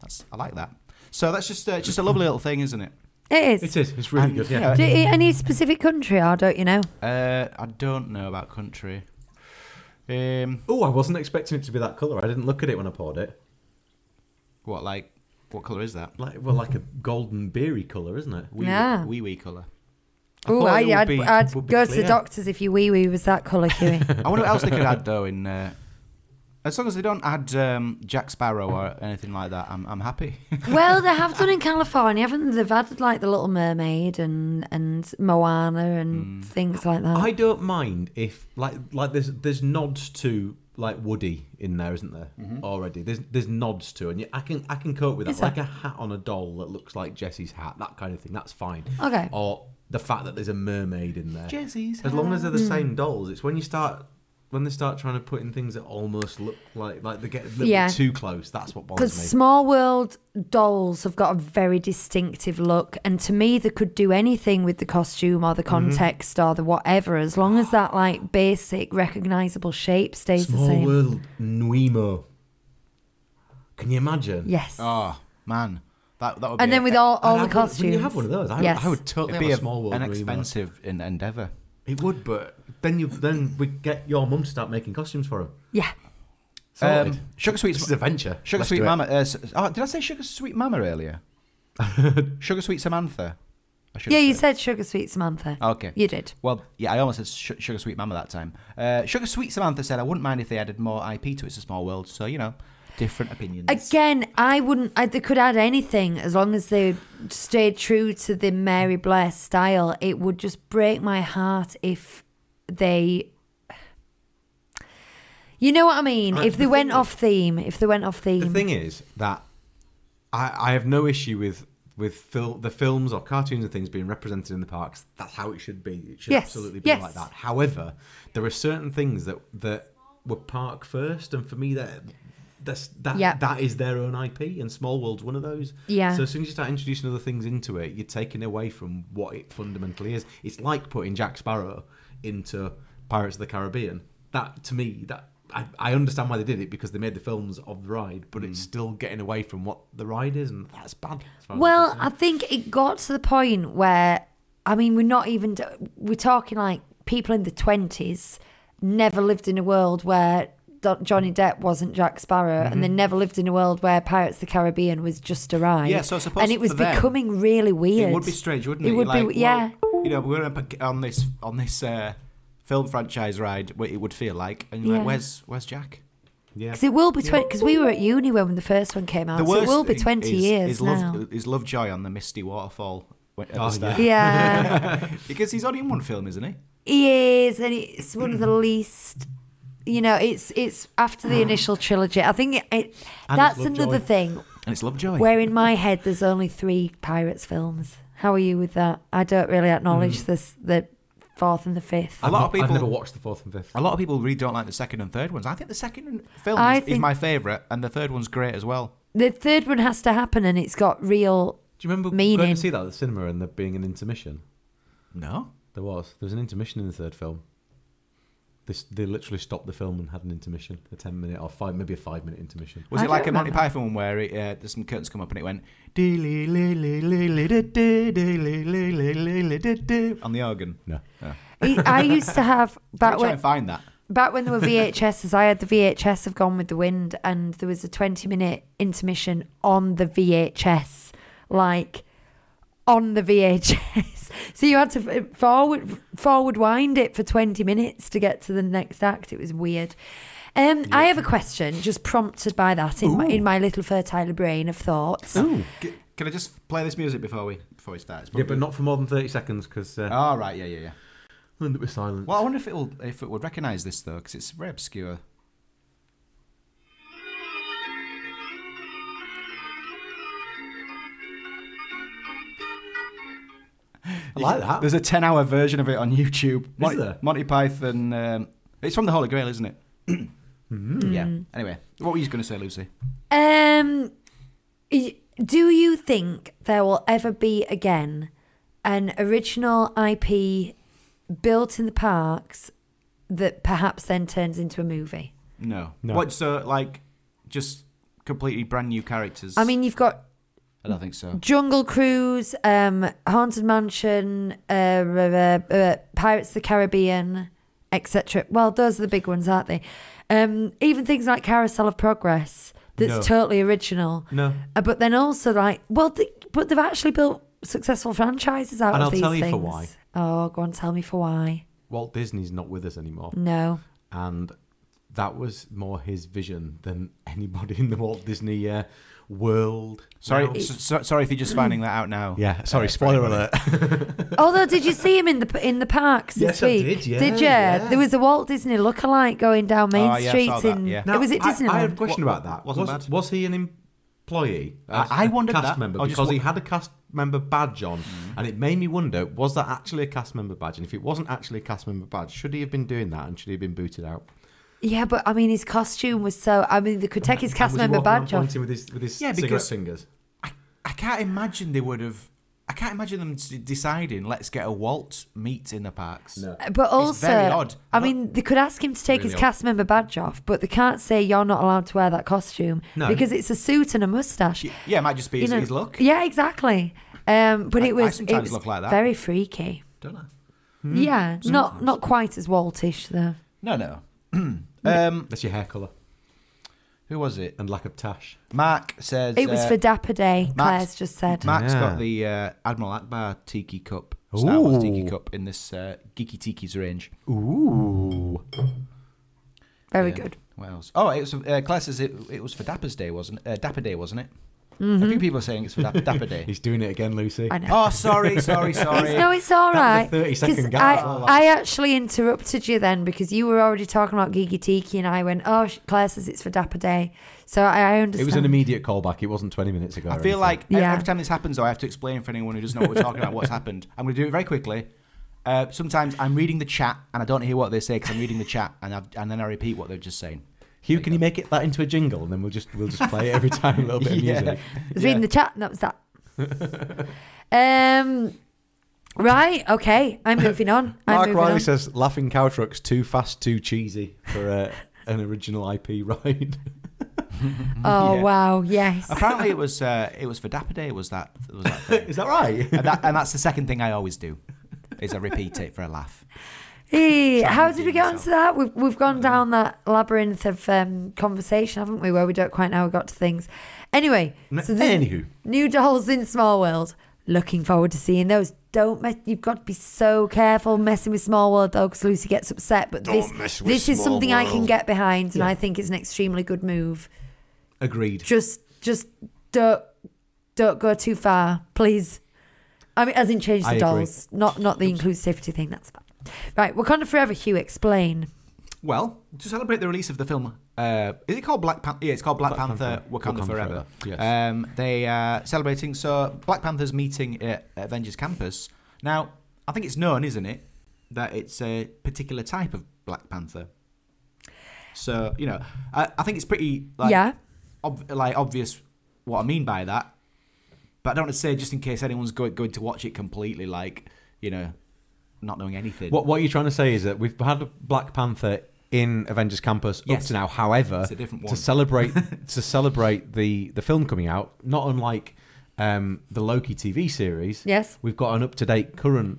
[SPEAKER 1] That's I like that. So that's just uh, just a lovely little thing, isn't it?
[SPEAKER 2] It is.
[SPEAKER 3] It is. It's really
[SPEAKER 1] And,
[SPEAKER 3] good.
[SPEAKER 1] you
[SPEAKER 3] Yeah.
[SPEAKER 1] know,
[SPEAKER 2] Do you, any specific country, or don't you know?
[SPEAKER 1] uh, I don't know about country. Um,
[SPEAKER 3] Oh, I wasn't expecting it to be that color. I didn't look at it when I poured it.
[SPEAKER 1] what like what color is that?
[SPEAKER 3] Like well, like a golden beery color, isn't it?
[SPEAKER 1] Wee
[SPEAKER 2] Yeah.
[SPEAKER 1] wee, wee color.
[SPEAKER 2] Oh,
[SPEAKER 3] thought it
[SPEAKER 2] I'd,
[SPEAKER 3] would
[SPEAKER 2] I'd,
[SPEAKER 3] be-
[SPEAKER 2] I'd
[SPEAKER 3] would be
[SPEAKER 2] go to
[SPEAKER 3] clear.
[SPEAKER 2] the doctors if your wee wee was that
[SPEAKER 3] <laughs>
[SPEAKER 2] colour, Huey.
[SPEAKER 1] I wonder what else they could add though. In uh, as long as they don't add um, Jack Sparrow or anything like that, I'm I'm happy. <laughs>
[SPEAKER 2] well, they have done in California, haven't they? They've added like the Little Mermaid and and Moana
[SPEAKER 3] Mm.
[SPEAKER 2] and things like that.
[SPEAKER 3] I don't mind if like like there's there's nods to like Woody in there, isn't there? Already there's there's nods to, and you- I can I can cope with that.
[SPEAKER 2] Is
[SPEAKER 3] like
[SPEAKER 2] there?
[SPEAKER 3] a hat on a doll that looks like Jesse's hat, that kind of thing. That's fine.
[SPEAKER 2] Okay.
[SPEAKER 3] Or the fact that there's a mermaid in there.
[SPEAKER 1] Jessie's.
[SPEAKER 3] As long as they're the
[SPEAKER 2] Hmm.
[SPEAKER 3] same dolls, it's when you start when they start trying to put in things that almost look like like they get a little
[SPEAKER 2] Yeah.
[SPEAKER 3] bit too close. That's what
[SPEAKER 2] Because
[SPEAKER 3] bothers me.
[SPEAKER 2] Small World dolls have got a very distinctive look, and to me, they could do anything with the costume or the
[SPEAKER 3] Mm-hmm.
[SPEAKER 2] context or the whatever, as long as that like basic recognizable shape stays the
[SPEAKER 3] Small
[SPEAKER 2] same.
[SPEAKER 3] world, Nuimo. Can you imagine?
[SPEAKER 2] Yes.
[SPEAKER 1] oh man, that that would.
[SPEAKER 2] and
[SPEAKER 1] be
[SPEAKER 2] then
[SPEAKER 1] a-
[SPEAKER 2] with all, all
[SPEAKER 3] And I
[SPEAKER 2] the
[SPEAKER 3] would-
[SPEAKER 2] costumes.
[SPEAKER 3] Wouldn't you have one of those? I,
[SPEAKER 2] Yes.
[SPEAKER 3] I would totally
[SPEAKER 1] it'd
[SPEAKER 3] have
[SPEAKER 1] be
[SPEAKER 3] a,
[SPEAKER 1] a,
[SPEAKER 3] small world.
[SPEAKER 1] an
[SPEAKER 3] Dream one.
[SPEAKER 1] expensive en- endeavor.
[SPEAKER 3] It would, but then you then we get your mum to start making costumes for him.
[SPEAKER 2] Yeah.
[SPEAKER 1] Um, sugar
[SPEAKER 3] <laughs>
[SPEAKER 1] sweet,
[SPEAKER 3] This is a venture.
[SPEAKER 1] sugar
[SPEAKER 3] Let's
[SPEAKER 1] sweet
[SPEAKER 3] do it.
[SPEAKER 1] mama. Uh, s- oh, did I say sugar sweet mama
[SPEAKER 3] <laughs>
[SPEAKER 1] earlier? sugar sweet Samantha. I should
[SPEAKER 2] Yeah,
[SPEAKER 1] have
[SPEAKER 2] you
[SPEAKER 1] said.
[SPEAKER 2] said Sugar Sweet Samantha.
[SPEAKER 1] Okay.
[SPEAKER 2] You did.
[SPEAKER 1] Well, yeah, I almost said Sh- Sugar Sweet Mama that time. Uh, Sugar Sweet Samantha said I wouldn't mind if they added more IP to It's a Small World, so, you know, different opinions.
[SPEAKER 2] Again, I wouldn't. I, they could add anything as long as they stayed true to the Mary Blair style. It would just break my heart if they. You know what I mean?
[SPEAKER 3] Uh,
[SPEAKER 2] if they
[SPEAKER 3] the
[SPEAKER 2] went
[SPEAKER 3] thing
[SPEAKER 2] off theme, if they went off theme,
[SPEAKER 3] The thing is that I, I have no issue with with fil- the films or cartoons and things being represented in the parks. That's how it should be. It should
[SPEAKER 2] Yes,
[SPEAKER 3] absolutely be
[SPEAKER 2] yes.
[SPEAKER 3] like that. However, there are certain things that that were park first, and for me, that that's, that
[SPEAKER 2] Yeah.
[SPEAKER 3] that is their own IP, and Small World's one of those.
[SPEAKER 2] Yeah.
[SPEAKER 3] So as soon as you start introducing other things into it, you're taking away from what it fundamentally is. It's like putting Jack Sparrow into Pirates of the Caribbean. That to me, that I, I understand why they did it because they made the films of the ride, but it's still getting away from what the ride is, and that's bad. as far as I'm
[SPEAKER 2] Well,
[SPEAKER 3] concerned.
[SPEAKER 2] I think it got to the point where, I mean, we're not even, we're talking like people in the 20s never lived in a world where Do- Johnny Depp wasn't Jack Sparrow, and they
[SPEAKER 1] Mm-hmm.
[SPEAKER 2] never lived in a world where Pirates of the Caribbean was just a ride.
[SPEAKER 1] Yeah, so I suppose
[SPEAKER 2] And it was
[SPEAKER 1] for them,
[SPEAKER 2] becoming really weird.
[SPEAKER 1] It would be strange, wouldn't it?
[SPEAKER 2] It would be-
[SPEAKER 1] well,
[SPEAKER 2] yeah.
[SPEAKER 1] you know, we're up ag- on this on this uh, film franchise ride. What it would feel like, and you're
[SPEAKER 2] Yeah.
[SPEAKER 1] like, where's where's Jack?
[SPEAKER 3] yeah.
[SPEAKER 2] Because it will be 20, because we were at uni when the first one came out, so it will be 20
[SPEAKER 1] is,
[SPEAKER 2] years
[SPEAKER 1] is
[SPEAKER 2] now.
[SPEAKER 1] Love, is Lovejoy on the Misty Waterfall. when- At
[SPEAKER 3] Oh,
[SPEAKER 1] the start. <laughs>
[SPEAKER 2] yeah, <laughs>
[SPEAKER 1] because he's only in one film, isn't he?
[SPEAKER 2] he is, and it's
[SPEAKER 3] <clears throat>
[SPEAKER 2] one of the least. You know, it's it's after the initial trilogy. I think it, it
[SPEAKER 3] Ah. And
[SPEAKER 2] that's
[SPEAKER 3] Lovejoy.
[SPEAKER 2] another thing.
[SPEAKER 1] And it's Lovejoy.
[SPEAKER 2] Where in my head, there's only three Pirates films. How are you with that? I don't really acknowledge
[SPEAKER 3] Hmm.
[SPEAKER 2] this the fourth and the fifth.
[SPEAKER 1] A lot of
[SPEAKER 3] I've
[SPEAKER 1] people-
[SPEAKER 3] never watched the fourth and fifth.
[SPEAKER 1] A lot of people really don't like the second and third ones. I think the second film
[SPEAKER 2] I
[SPEAKER 1] is, is
[SPEAKER 2] think-
[SPEAKER 1] my favourite, and the third one's great as well.
[SPEAKER 2] The third one has to happen, and it's got real.
[SPEAKER 3] Do you remember going
[SPEAKER 2] Meaning.
[SPEAKER 3] to see that at the cinema and there being an intermission?
[SPEAKER 1] No,
[SPEAKER 3] There was. There was an intermission in the third film. They, s- they literally stopped the film and had an intermission, a ten minute or five, maybe a five minute intermission.
[SPEAKER 1] was
[SPEAKER 2] I
[SPEAKER 1] it like a
[SPEAKER 2] don't
[SPEAKER 1] Monty
[SPEAKER 2] remember.
[SPEAKER 1] Python one where it, uh, there's some curtains come up and it went on the organ?
[SPEAKER 3] No.
[SPEAKER 2] I I used
[SPEAKER 3] <laughs>
[SPEAKER 2] to have
[SPEAKER 1] That
[SPEAKER 2] back
[SPEAKER 1] try
[SPEAKER 2] when
[SPEAKER 1] and find that.
[SPEAKER 2] back when there were VHSs. I had the VHS of Gone with the Wind, and there was a 20 minute intermission on the VHS, like on the VHS. <laughs> So you had to f- forward forward wind it for 20 minutes to get to the next act. It was weird. Um, I have a question, just prompted by that in my, in my little fertile brain of thoughts.
[SPEAKER 3] Ooh.
[SPEAKER 1] C- Can I just play this music before we before we start? It's
[SPEAKER 3] Yeah, but
[SPEAKER 1] probably-
[SPEAKER 3] not for more than thirty seconds because uh,
[SPEAKER 1] Oh right, yeah, yeah, yeah.
[SPEAKER 3] we'll end up with silence.
[SPEAKER 1] Well, I wonder if it will if it would recognise this though, because it's very obscure.
[SPEAKER 3] I like that.
[SPEAKER 1] There's a ten-hour version of it on YouTube. Monty,
[SPEAKER 3] there?
[SPEAKER 1] Monty Python. Um, it's from the Holy Grail, isn't it? Yeah. Anyway, what were you going to say, Lucy?
[SPEAKER 2] Um, y- do you think there will ever be again an original IP built in the parks that perhaps then turns into a movie?
[SPEAKER 1] No.
[SPEAKER 3] No.
[SPEAKER 1] What? So like, just completely brand new characters.
[SPEAKER 2] I mean, you've got
[SPEAKER 1] I don't think so.
[SPEAKER 2] Jungle Cruise, um, Haunted Mansion, uh, uh, uh, Pirates of the Caribbean, etc. Well, those are the big ones, aren't they? Um, even things like Carousel of Progress, that's
[SPEAKER 3] No.
[SPEAKER 2] totally original.
[SPEAKER 3] no,
[SPEAKER 2] Uh, but then also like, well, th but they've actually built successful franchises out
[SPEAKER 3] And
[SPEAKER 2] of
[SPEAKER 3] I'll
[SPEAKER 2] these
[SPEAKER 3] tell you for
[SPEAKER 2] things.
[SPEAKER 3] why.
[SPEAKER 2] Oh, go on, tell me for why.
[SPEAKER 3] Walt Disney's not with us anymore,
[SPEAKER 2] No,
[SPEAKER 3] and that was more his vision than anybody in the Walt Disney uh, world.
[SPEAKER 1] Sorry,
[SPEAKER 3] now.
[SPEAKER 1] s so, sorry if you're just finding that out now.
[SPEAKER 3] yeah,
[SPEAKER 1] Uh,
[SPEAKER 3] sorry,
[SPEAKER 1] for
[SPEAKER 3] spoiler
[SPEAKER 1] anybody.
[SPEAKER 3] alert.
[SPEAKER 2] Although, did you see him in the in the parks
[SPEAKER 3] Yes,
[SPEAKER 2] this
[SPEAKER 3] I
[SPEAKER 2] week?
[SPEAKER 3] did, yeah,
[SPEAKER 2] you?
[SPEAKER 3] yeah.
[SPEAKER 2] There was a Walt Disney lookalike going down Main
[SPEAKER 1] Oh, yeah, I
[SPEAKER 2] Street
[SPEAKER 1] saw that,
[SPEAKER 2] in.
[SPEAKER 1] yeah.
[SPEAKER 2] it was
[SPEAKER 3] I-
[SPEAKER 2] at
[SPEAKER 3] I, had a
[SPEAKER 2] Disneyland.
[SPEAKER 3] question
[SPEAKER 1] Wa-
[SPEAKER 3] about that.
[SPEAKER 1] wasn't
[SPEAKER 3] was,
[SPEAKER 1] bad.
[SPEAKER 3] was he an employee?
[SPEAKER 1] I-
[SPEAKER 3] as
[SPEAKER 1] I
[SPEAKER 3] a
[SPEAKER 1] wondered
[SPEAKER 3] cast
[SPEAKER 1] that.
[SPEAKER 3] member
[SPEAKER 1] I just
[SPEAKER 3] because he
[SPEAKER 1] wa-
[SPEAKER 3] had a cast member badge on, and it made me wonder: was that actually a cast member badge? And if it wasn't actually a cast member badge, should he have been doing that, and should he have been booted out?
[SPEAKER 2] Yeah, but I mean, his costume was so. I mean, they could take his cast
[SPEAKER 3] And was he
[SPEAKER 2] member
[SPEAKER 3] walking around
[SPEAKER 2] badge off.
[SPEAKER 3] pointing with his with his
[SPEAKER 1] Yeah,
[SPEAKER 3] cigarette
[SPEAKER 1] because-
[SPEAKER 3] fingers.
[SPEAKER 1] I, I can't imagine they would have. I can't imagine them s- deciding let's get a waltz meet in the parks.
[SPEAKER 3] No.
[SPEAKER 2] Uh, But also,
[SPEAKER 1] very odd.
[SPEAKER 2] I mean, they could ask him to take
[SPEAKER 3] Really
[SPEAKER 2] his
[SPEAKER 3] odd.
[SPEAKER 2] cast member badge off, but they can't say you're not allowed to wear that costume
[SPEAKER 3] No.
[SPEAKER 2] because it's a suit and a mustache.
[SPEAKER 1] Y- Yeah, it might just be
[SPEAKER 2] you
[SPEAKER 1] his,
[SPEAKER 2] know-
[SPEAKER 1] his look.
[SPEAKER 2] Yeah, exactly. Um, but
[SPEAKER 1] I- I
[SPEAKER 2] it was
[SPEAKER 1] sometimes
[SPEAKER 2] it was
[SPEAKER 1] look like that. Hmm.
[SPEAKER 2] very freaky.
[SPEAKER 1] Don't I?
[SPEAKER 2] Yeah, not not quite as Waltish though.
[SPEAKER 1] No, no. <clears throat> um,
[SPEAKER 3] That's your hair colour
[SPEAKER 1] who was it?
[SPEAKER 3] and lack of tash.
[SPEAKER 1] Mark says
[SPEAKER 2] It was
[SPEAKER 1] uh,
[SPEAKER 2] for Dapper Day.
[SPEAKER 1] Max-
[SPEAKER 2] Claire's just said.
[SPEAKER 1] Mark's
[SPEAKER 3] Yeah.
[SPEAKER 1] got the uh, Admiral Akbar tiki cup, Star Wars tiki
[SPEAKER 3] Ooh.
[SPEAKER 1] cup in this uh, geeky tiki's range.
[SPEAKER 3] Ooh.
[SPEAKER 2] Very
[SPEAKER 1] Yeah.
[SPEAKER 2] good.
[SPEAKER 1] What else? Oh, it was uh, Claire says it, it was for Dapper's Day, wasn't uh, Dapper Day, wasn't it?
[SPEAKER 2] Mm-hmm.
[SPEAKER 1] A few people are saying it's for Dapper, Dapper
[SPEAKER 2] <laughs>
[SPEAKER 1] Day. <laughs>
[SPEAKER 3] He's doing it again, Lucy.
[SPEAKER 2] I know.
[SPEAKER 1] oh, sorry, sorry,
[SPEAKER 2] It's- no,
[SPEAKER 1] Oh, sorry.
[SPEAKER 2] it's all right.
[SPEAKER 3] That was a 30-second
[SPEAKER 2] 'Cause
[SPEAKER 3] gap
[SPEAKER 2] I,
[SPEAKER 3] as well, that.
[SPEAKER 2] I actually interrupted you then because you were already talking about Gigi Tiki, and I went, "Oh, sh- Claire says it's for Dapper Day," so I, I understand.
[SPEAKER 3] It was an immediate callback. It wasn't 20 minutes ago.
[SPEAKER 1] I
[SPEAKER 3] or
[SPEAKER 1] feel
[SPEAKER 3] anything.
[SPEAKER 1] like e-,
[SPEAKER 2] Yeah.
[SPEAKER 1] every time this happens, though, I have to explain for anyone who doesn't know what we're talking about
[SPEAKER 2] <laughs>
[SPEAKER 1] what's happened. I'm going to do it very quickly. Uh, sometimes I'm reading the chat and I don't hear what they say because I'm reading the chat and, I've, and then I repeat what they're just saying.
[SPEAKER 3] Hugh, can you make it that into a jingle, and then we'll just we'll just play it every time a little <laughs> bit of
[SPEAKER 1] Yeah.
[SPEAKER 3] music.
[SPEAKER 2] I was reading the chat, and that was that.
[SPEAKER 1] <laughs>
[SPEAKER 2] um, right, okay. I'm moving on. I'm
[SPEAKER 3] Mark
[SPEAKER 2] moving
[SPEAKER 3] Riley
[SPEAKER 2] on.
[SPEAKER 3] says, "Laughing cow trucks too fast, too cheesy for uh, an original IP ride."
[SPEAKER 2] oh
[SPEAKER 1] yeah.
[SPEAKER 2] wow, yes.
[SPEAKER 1] Apparently, it was uh, it was for Dapper Day. Was that was that
[SPEAKER 3] <laughs> <laughs>
[SPEAKER 1] thing?
[SPEAKER 3] Is that right?
[SPEAKER 1] and, that, and that's the second thing I always do, is I repeat it for a laugh.
[SPEAKER 2] Hey,
[SPEAKER 1] Trying
[SPEAKER 2] how
[SPEAKER 1] to
[SPEAKER 2] did
[SPEAKER 1] do
[SPEAKER 2] we get
[SPEAKER 1] myself.
[SPEAKER 2] onto that? We've we've gone down that labyrinth of um, conversation, haven't we? Where we don't quite know how we got to things. Anyway,
[SPEAKER 3] N-
[SPEAKER 2] so this-
[SPEAKER 3] anywho.
[SPEAKER 2] new dolls in Small World. Looking forward to seeing those. Don't mess. You've got to be so careful messing with Small World though, because Lucy gets upset. But this this is something I can get behind, and I think it's an extremely good move.
[SPEAKER 3] Agreed.
[SPEAKER 2] Just just don't don't go too far, please. I mean, as in change the
[SPEAKER 3] I agree.
[SPEAKER 2] dolls, not not the inclusivity thing. That's fine. Right, Wakanda Forever. Hugh, explain.
[SPEAKER 1] Well, to celebrate the release of the film, uh, is it called Black Panther? Yeah, it's called Black,
[SPEAKER 3] Black
[SPEAKER 1] Panther,
[SPEAKER 3] Panther,
[SPEAKER 1] Wakanda,
[SPEAKER 3] Wakanda
[SPEAKER 1] Forever.
[SPEAKER 3] Forever, yes.
[SPEAKER 1] Um, they are celebrating, so Black Panther's meeting at Avengers Campus. Now, I think it's known, isn't it, that it's a particular type of Black Panther. So, you know, I, I think it's pretty like,
[SPEAKER 2] yeah,
[SPEAKER 1] ob- like obvious what I mean by that. But I don't want to say just in case anyone's go- going to watch it completely, like, you know, not knowing anything.
[SPEAKER 3] What what you're trying to say is that we've had Black Panther in Avengers Campus up
[SPEAKER 1] Yes.
[SPEAKER 3] to now. However,
[SPEAKER 1] It's a different
[SPEAKER 3] to
[SPEAKER 1] one.
[SPEAKER 3] celebrate
[SPEAKER 1] <laughs>
[SPEAKER 3] to celebrate the the film coming out, not unlike um, the Loki TV series,
[SPEAKER 2] yes,
[SPEAKER 3] we've got an up to date current.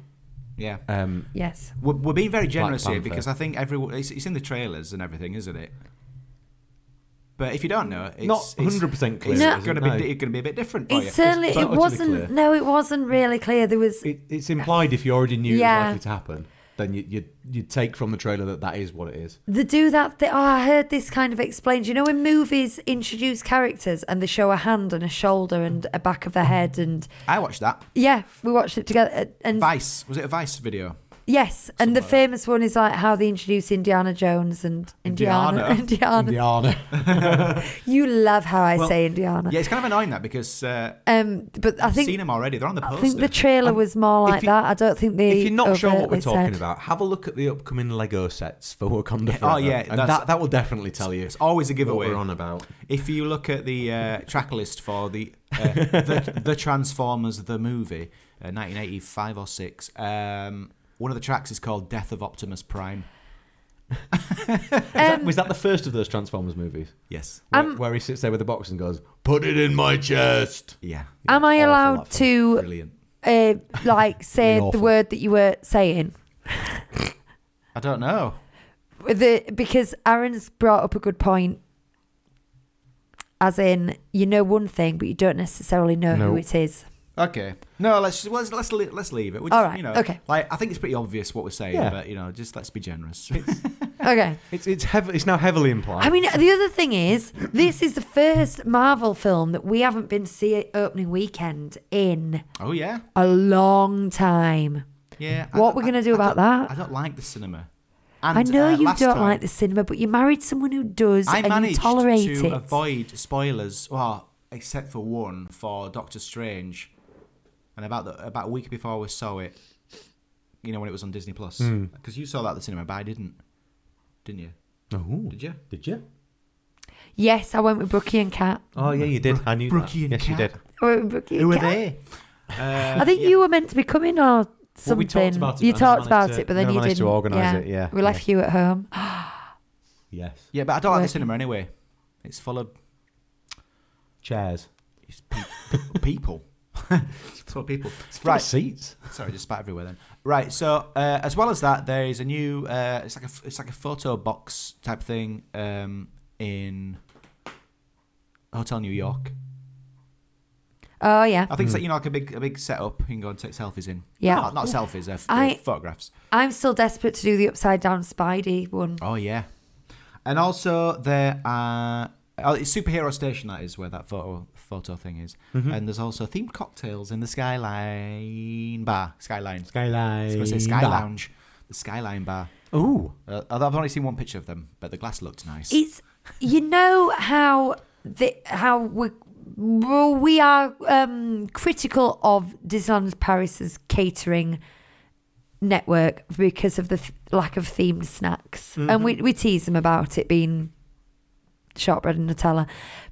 [SPEAKER 1] Yeah.
[SPEAKER 3] Um,
[SPEAKER 2] yes.
[SPEAKER 1] We're, we're being very generous here
[SPEAKER 3] Panther.
[SPEAKER 1] because I think everyone it's, it's in the trailers and everything, isn't it? But if you don't know, it's
[SPEAKER 3] not 100 percent clear.
[SPEAKER 2] No.
[SPEAKER 3] is
[SPEAKER 1] It's
[SPEAKER 3] it?
[SPEAKER 1] going to be
[SPEAKER 3] No.
[SPEAKER 1] it's going to be a bit different. For
[SPEAKER 2] It
[SPEAKER 1] you.
[SPEAKER 2] certainly
[SPEAKER 3] Oh, it's
[SPEAKER 2] it
[SPEAKER 3] totally
[SPEAKER 2] wasn't.
[SPEAKER 3] clear.
[SPEAKER 2] No, it wasn't really clear. There was
[SPEAKER 3] It, it's implied if you already knew
[SPEAKER 2] Yeah.
[SPEAKER 3] it was likely to happen, then you, you you take from the trailer that that is what it is.
[SPEAKER 2] They do that. They, oh, I heard this kind of explained. You know, when movies introduce characters and they show a hand and a shoulder and a back of the head, and
[SPEAKER 1] I watched that
[SPEAKER 2] yeah, we watched it together. uh, And
[SPEAKER 1] Vice was it a Vice video?
[SPEAKER 2] yes, and the famous one is like how they introduce Indiana Jones and Indiana. Indiana. <laughs>
[SPEAKER 1] Indiana. <laughs>
[SPEAKER 3] Indiana.
[SPEAKER 2] You love how I
[SPEAKER 1] Well,
[SPEAKER 2] say Indiana.
[SPEAKER 1] Yeah, it's kind of annoying that because uh,
[SPEAKER 2] Um, but I
[SPEAKER 1] I've seen
[SPEAKER 2] think
[SPEAKER 1] them already. They're on the
[SPEAKER 2] I
[SPEAKER 1] poster.
[SPEAKER 2] think the trailer
[SPEAKER 3] Um,
[SPEAKER 2] was more
[SPEAKER 3] if
[SPEAKER 2] like
[SPEAKER 3] you-
[SPEAKER 2] that. I don't think they.
[SPEAKER 3] if you're not sure what we're
[SPEAKER 2] overtly
[SPEAKER 3] talking
[SPEAKER 2] said.
[SPEAKER 3] about, have a look at the upcoming Lego sets for Wakanda Forever.
[SPEAKER 1] Oh, yeah,
[SPEAKER 3] and
[SPEAKER 1] that's-
[SPEAKER 3] that that will definitely tell you
[SPEAKER 1] it's always a
[SPEAKER 3] what
[SPEAKER 1] giveaway.
[SPEAKER 3] we're on about.
[SPEAKER 1] If you look at the uh, track list for the, uh, the the Transformers the movie, uh, 1985 or six, um, one of the tracks is called "Death of Optimus Prime."
[SPEAKER 2] Um,
[SPEAKER 3] Was that the first of those Transformers movies
[SPEAKER 1] Yes.
[SPEAKER 3] where,
[SPEAKER 2] Um,
[SPEAKER 3] where he sits there with the box and goes, "Put it in my chest."
[SPEAKER 1] Yeah. Oh,
[SPEAKER 2] am I
[SPEAKER 3] Awful,
[SPEAKER 2] allowed
[SPEAKER 3] that
[SPEAKER 2] to
[SPEAKER 1] Brilliant.
[SPEAKER 2] uh,
[SPEAKER 3] <laughs>
[SPEAKER 2] like say the
[SPEAKER 3] Awful.
[SPEAKER 2] word that you were saying?
[SPEAKER 1] I don't know.
[SPEAKER 2] the because Aaron's brought up a good point. As in, you know one thing, but you don't necessarily know who
[SPEAKER 3] No.
[SPEAKER 2] it is.
[SPEAKER 1] Okay. No, let's let's let's, le- let's leave it. We're
[SPEAKER 2] All
[SPEAKER 1] just,
[SPEAKER 2] right,
[SPEAKER 1] You know,
[SPEAKER 2] okay.
[SPEAKER 1] Like I think it's pretty obvious what we're saying,
[SPEAKER 3] Yeah.
[SPEAKER 1] but you know, just let's be generous.
[SPEAKER 2] <laughs> Okay.
[SPEAKER 3] It's it's heav- it's now heavily implied.
[SPEAKER 2] I mean, the other thing is, this is the first Marvel film that we haven't been to see at opening weekend in
[SPEAKER 1] oh yeah,
[SPEAKER 2] a long time.
[SPEAKER 1] yeah.
[SPEAKER 2] What
[SPEAKER 1] don't-
[SPEAKER 2] we're gonna do about
[SPEAKER 1] don't-
[SPEAKER 2] that?
[SPEAKER 1] I don't like the cinema. And,
[SPEAKER 2] I know
[SPEAKER 1] uh,
[SPEAKER 2] you
[SPEAKER 1] last
[SPEAKER 2] don't
[SPEAKER 1] time,
[SPEAKER 2] like the cinema, but you married someone who does,
[SPEAKER 1] I
[SPEAKER 2] and you
[SPEAKER 1] managed
[SPEAKER 2] tolerate
[SPEAKER 1] to
[SPEAKER 2] it.
[SPEAKER 1] avoid spoilers, well, except for one for Doctor Strange, and about the about a week before we saw it, you know, when it was on Disney Plus, because you saw that at the cinema, but I didn't, didn't you?
[SPEAKER 3] oh,
[SPEAKER 1] Did you?
[SPEAKER 3] Did you?
[SPEAKER 2] yes, I went with Brookie and Kat.
[SPEAKER 3] Oh yeah, you did. I knew
[SPEAKER 1] Brookie and
[SPEAKER 3] that. Yes, you
[SPEAKER 1] Kat.
[SPEAKER 3] did.
[SPEAKER 2] I went with Brookie and Kat.
[SPEAKER 1] they? Uh,
[SPEAKER 2] I think
[SPEAKER 1] yeah.
[SPEAKER 2] you were meant to be coming or
[SPEAKER 3] Well,
[SPEAKER 2] something.
[SPEAKER 3] we talked about it,
[SPEAKER 2] you
[SPEAKER 3] but never
[SPEAKER 2] talked
[SPEAKER 3] managed
[SPEAKER 2] about
[SPEAKER 3] to-
[SPEAKER 2] it, but then
[SPEAKER 3] never
[SPEAKER 2] you
[SPEAKER 3] managed
[SPEAKER 2] didn't.
[SPEAKER 3] to organise it, yeah,
[SPEAKER 2] we left you at home.
[SPEAKER 3] Yes.
[SPEAKER 1] Yeah, but I don't like the
[SPEAKER 2] Working.
[SPEAKER 1] cinema anyway. It's full of
[SPEAKER 3] Chairs.
[SPEAKER 1] It's pe- people. <laughs> it's all people.
[SPEAKER 3] Right.
[SPEAKER 1] Right.
[SPEAKER 3] Seats.
[SPEAKER 1] Sorry, just spat everywhere then. Right. So uh, as well as that, there is a new. Uh, it's like a f- it's like a photo box type thing um, in Hotel New York.
[SPEAKER 2] Oh yeah,
[SPEAKER 1] I think it's like you know like a big a big setup you can go and take selfies in.
[SPEAKER 2] Yeah.
[SPEAKER 1] Not, not selfies. Uh, f-
[SPEAKER 2] I-
[SPEAKER 1] uh, photographs.
[SPEAKER 2] I'm still desperate to do the upside down Spidey one.
[SPEAKER 1] Oh yeah. And also there are oh, it's superhero station that is where that photo photo thing is.
[SPEAKER 3] Mm-hmm.
[SPEAKER 1] And there's also themed cocktails in the Skyline Bar. Skyline. I was
[SPEAKER 3] Skyline.
[SPEAKER 1] going to say Sky Lounge. The Skyline Bar.
[SPEAKER 3] Ooh.
[SPEAKER 1] Uh, although I've only seen one picture of them, but the glass looked nice.
[SPEAKER 2] It's you know how the how we well, we are um, critical of Disneyland Paris's catering network because of the th- lack of themed snacks, and we we tease them about it being shortbread and Nutella,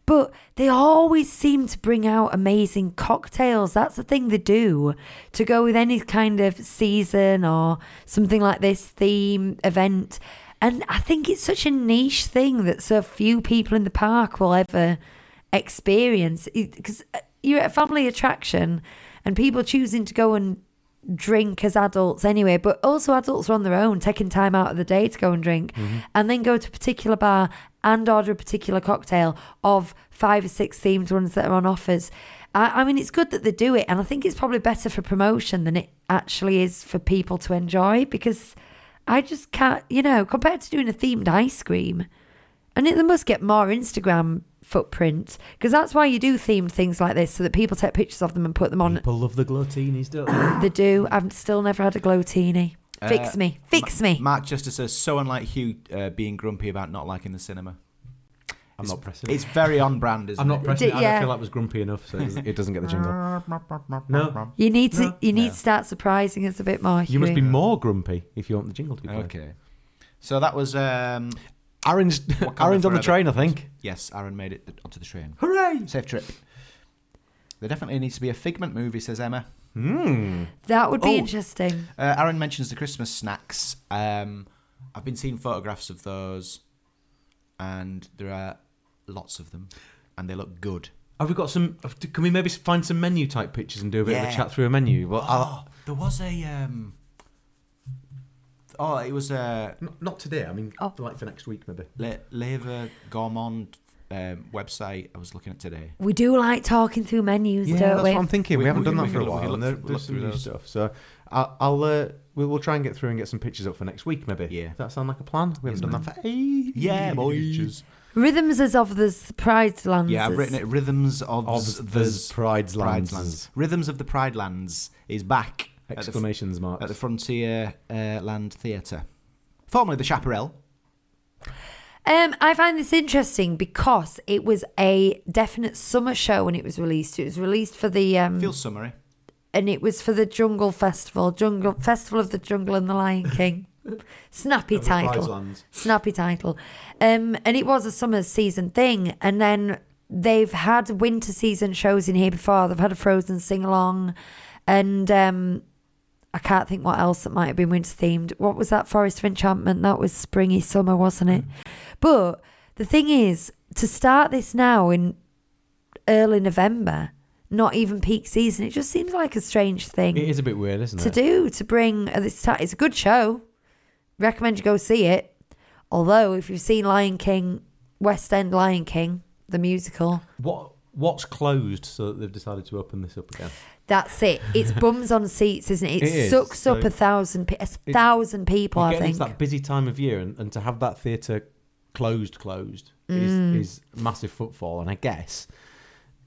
[SPEAKER 2] but they always seem to bring out amazing cocktails. That's the thing they do to go with any kind of season or something like this theme event. And I think it's such a niche thing that so few people in the park will ever experience because you're at a family attraction and people choosing to go and drink as adults anyway, but also adults are on their own, taking time out of the day to go and drink, and then go to a particular bar and order a particular cocktail of five or six themed ones that are on offers. I, I mean, it's good that they do it, and I think it's probably better for promotion than it actually is for people to enjoy because I just can't, you know, compared to doing a themed ice cream, and it, they must get more Instagram footprint because that's why you do themed things like this so that people take pictures of them and put them on
[SPEAKER 3] People love the glutinis, don't they?
[SPEAKER 2] they do. I've still never had a glotini. Fix
[SPEAKER 1] Uh,
[SPEAKER 2] me. Fix me.
[SPEAKER 1] Mark Justice says, so unlike Hugh uh, being grumpy about not liking the cinema.
[SPEAKER 3] I'm
[SPEAKER 1] It's-
[SPEAKER 3] not pressing
[SPEAKER 1] It's very on brand, isn't
[SPEAKER 3] <laughs> I'm not
[SPEAKER 1] it?
[SPEAKER 3] pressing
[SPEAKER 2] D-
[SPEAKER 3] it. I
[SPEAKER 2] yeah.
[SPEAKER 3] don't feel that was grumpy enough, so it doesn't- it doesn't get the jingle. No.
[SPEAKER 2] you need to
[SPEAKER 3] No.
[SPEAKER 2] you need
[SPEAKER 1] Yeah.
[SPEAKER 2] to start surprising us a bit more.
[SPEAKER 3] You must be
[SPEAKER 2] Huey.
[SPEAKER 3] more grumpy if you want the jingle to be played.
[SPEAKER 1] Okay. So that was, um,
[SPEAKER 3] Aaron's,
[SPEAKER 1] Wakanda
[SPEAKER 3] Aaron's on the
[SPEAKER 1] forever.
[SPEAKER 3] train, I think.
[SPEAKER 1] yes, Aaron made it onto the train.
[SPEAKER 3] Hooray!
[SPEAKER 1] Safe trip. There definitely needs to be a Figment movie, says Emma.
[SPEAKER 3] Hmm.
[SPEAKER 2] That would be
[SPEAKER 1] Oh.
[SPEAKER 2] interesting.
[SPEAKER 1] Uh, Aaron mentions the Christmas snacks. Um, I've been seeing photographs of those, and there are lots of them, and they look good.
[SPEAKER 3] Have we got some? Can we maybe find some menu type pictures and do a bit of
[SPEAKER 1] Yeah.
[SPEAKER 3] a chat through a menu? Well, I'll-
[SPEAKER 1] Oh, there was a. Um, oh, it was a
[SPEAKER 3] n- not today. I mean,
[SPEAKER 2] Oh.
[SPEAKER 3] like for next week, maybe.
[SPEAKER 1] Le- Lever Gourmand um, website I was looking at today.
[SPEAKER 2] We do like talking through menus,
[SPEAKER 3] Yeah,
[SPEAKER 2] don't
[SPEAKER 3] that's
[SPEAKER 2] we?
[SPEAKER 3] what I'm thinking. We,
[SPEAKER 1] We-
[SPEAKER 3] haven't
[SPEAKER 1] we
[SPEAKER 3] done
[SPEAKER 1] can-
[SPEAKER 3] that
[SPEAKER 1] we
[SPEAKER 3] for a
[SPEAKER 1] can look- we
[SPEAKER 3] while.
[SPEAKER 1] can
[SPEAKER 3] and
[SPEAKER 1] look-
[SPEAKER 3] there-
[SPEAKER 1] look
[SPEAKER 3] There's some
[SPEAKER 1] through
[SPEAKER 3] new
[SPEAKER 1] those.
[SPEAKER 3] stuff. So I'll, I'll uh, we will try and get through and get some pictures up for next week, maybe.
[SPEAKER 1] Yeah.
[SPEAKER 3] Does that sound like a plan? We haven't done that for ages.
[SPEAKER 1] Yeah, boys.
[SPEAKER 2] Rhythms as of the surprise lands.
[SPEAKER 1] Yeah, I've written it. Rhythms of,
[SPEAKER 3] Of
[SPEAKER 1] the
[SPEAKER 3] the Pride's
[SPEAKER 1] Pride
[SPEAKER 3] Lands.
[SPEAKER 1] Lands. Rhythms of the Pride Lands is back at the, f-
[SPEAKER 3] Exclamations mark.
[SPEAKER 1] at the Frontier uh, Land Theatre, formerly the Chaparral.
[SPEAKER 2] Um, I find this interesting because it was a definite summer show when it was released. It was released for the um,
[SPEAKER 1] Feels summery.
[SPEAKER 2] and it was for the Jungle Festival, Jungle Festival of the Jungle and the
[SPEAKER 3] <laughs>
[SPEAKER 2] Lion King. Snappy
[SPEAKER 3] Of the Pride's
[SPEAKER 2] title.
[SPEAKER 3] Lands.
[SPEAKER 2] snappy title. Um, and it was a summer season thing, and then they've had winter season shows in here before. They've had a Frozen sing along, and um, I can't think what else that might have been winter themed. What was that Forest of Enchantment? That was springy summer, wasn't it? But the thing is, to start this now in early November, not even peak season, it just seems like a strange thing
[SPEAKER 3] It is a bit weird, isn't
[SPEAKER 2] to
[SPEAKER 3] it?
[SPEAKER 2] do to bring at this time. It's a good show. Recommend you go see it. Although, if you've seen Lion King, West End Lion King, the musical,
[SPEAKER 3] What What's closed so that they've decided to open this up again?
[SPEAKER 2] that's it.
[SPEAKER 1] <laughs>
[SPEAKER 2] It's bums on seats, isn't it? It,
[SPEAKER 3] It is.
[SPEAKER 2] sucks up
[SPEAKER 3] So-
[SPEAKER 2] a thousand, pe- a
[SPEAKER 3] It-
[SPEAKER 2] thousand people.
[SPEAKER 3] You're
[SPEAKER 2] I
[SPEAKER 3] getting
[SPEAKER 2] think
[SPEAKER 3] into that busy time of year, and, and to have that theatre closed, closed
[SPEAKER 2] Mm.
[SPEAKER 3] is, is massive footfall. And I guess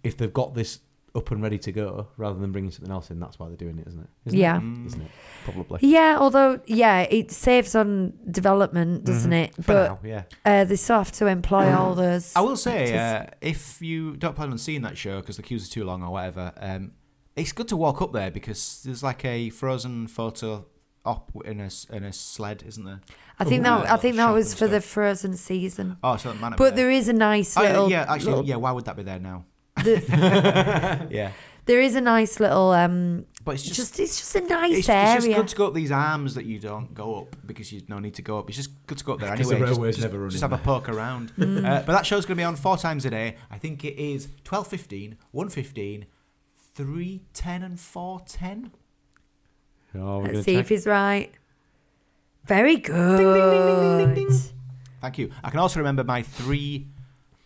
[SPEAKER 3] if they've got this up and ready to go, rather than bringing something else in, that's why they're doing it, isn't it? Isn't
[SPEAKER 2] Yeah.
[SPEAKER 3] it? isn't it? Probably.
[SPEAKER 2] Yeah, although yeah, it saves on development,
[SPEAKER 1] Mm-hmm.
[SPEAKER 2] doesn't it?
[SPEAKER 3] For
[SPEAKER 2] but
[SPEAKER 3] now, <laughs> yeah.
[SPEAKER 2] uh, they still have to employ all those.
[SPEAKER 1] I will say, uh,
[SPEAKER 2] actors.
[SPEAKER 1] if you don't plan on seeing that show because the queues are too long or whatever, um, it's good to walk up there because there's like a frozen photo op in a s- in a sled, isn't there?
[SPEAKER 2] I think
[SPEAKER 1] Ooh,
[SPEAKER 2] that I think that
[SPEAKER 1] shop
[SPEAKER 2] was
[SPEAKER 1] and
[SPEAKER 2] for the
[SPEAKER 1] stuff.
[SPEAKER 2] Frozen season.
[SPEAKER 1] Oh, so that might not be
[SPEAKER 2] But there is a nice
[SPEAKER 1] Oh, yeah,
[SPEAKER 2] little
[SPEAKER 1] yeah, actually,
[SPEAKER 2] little-
[SPEAKER 1] yeah. Why would that be there now?
[SPEAKER 2] the-
[SPEAKER 1] Yeah,
[SPEAKER 2] there is a nice little um,
[SPEAKER 1] but it's
[SPEAKER 2] It's
[SPEAKER 1] just.
[SPEAKER 2] just, it's just a nice
[SPEAKER 1] it's, it's
[SPEAKER 2] area.
[SPEAKER 1] just good to go up these arms that you don't go up because you no need to go up. It's just good to go up there
[SPEAKER 3] <laughs> 'Cause the
[SPEAKER 1] anyway. Just-
[SPEAKER 3] railway's
[SPEAKER 1] just,
[SPEAKER 3] never running
[SPEAKER 1] just have a
[SPEAKER 3] there.
[SPEAKER 1] poke around. Uh, but that show's going to be on four times a day. I think it is 12.15, 1.15, 3.10 and 4.10.
[SPEAKER 3] Oh, we're gonna
[SPEAKER 2] Let's see
[SPEAKER 3] check.
[SPEAKER 2] if he's right. Very good.
[SPEAKER 1] Thank you. I can also remember my three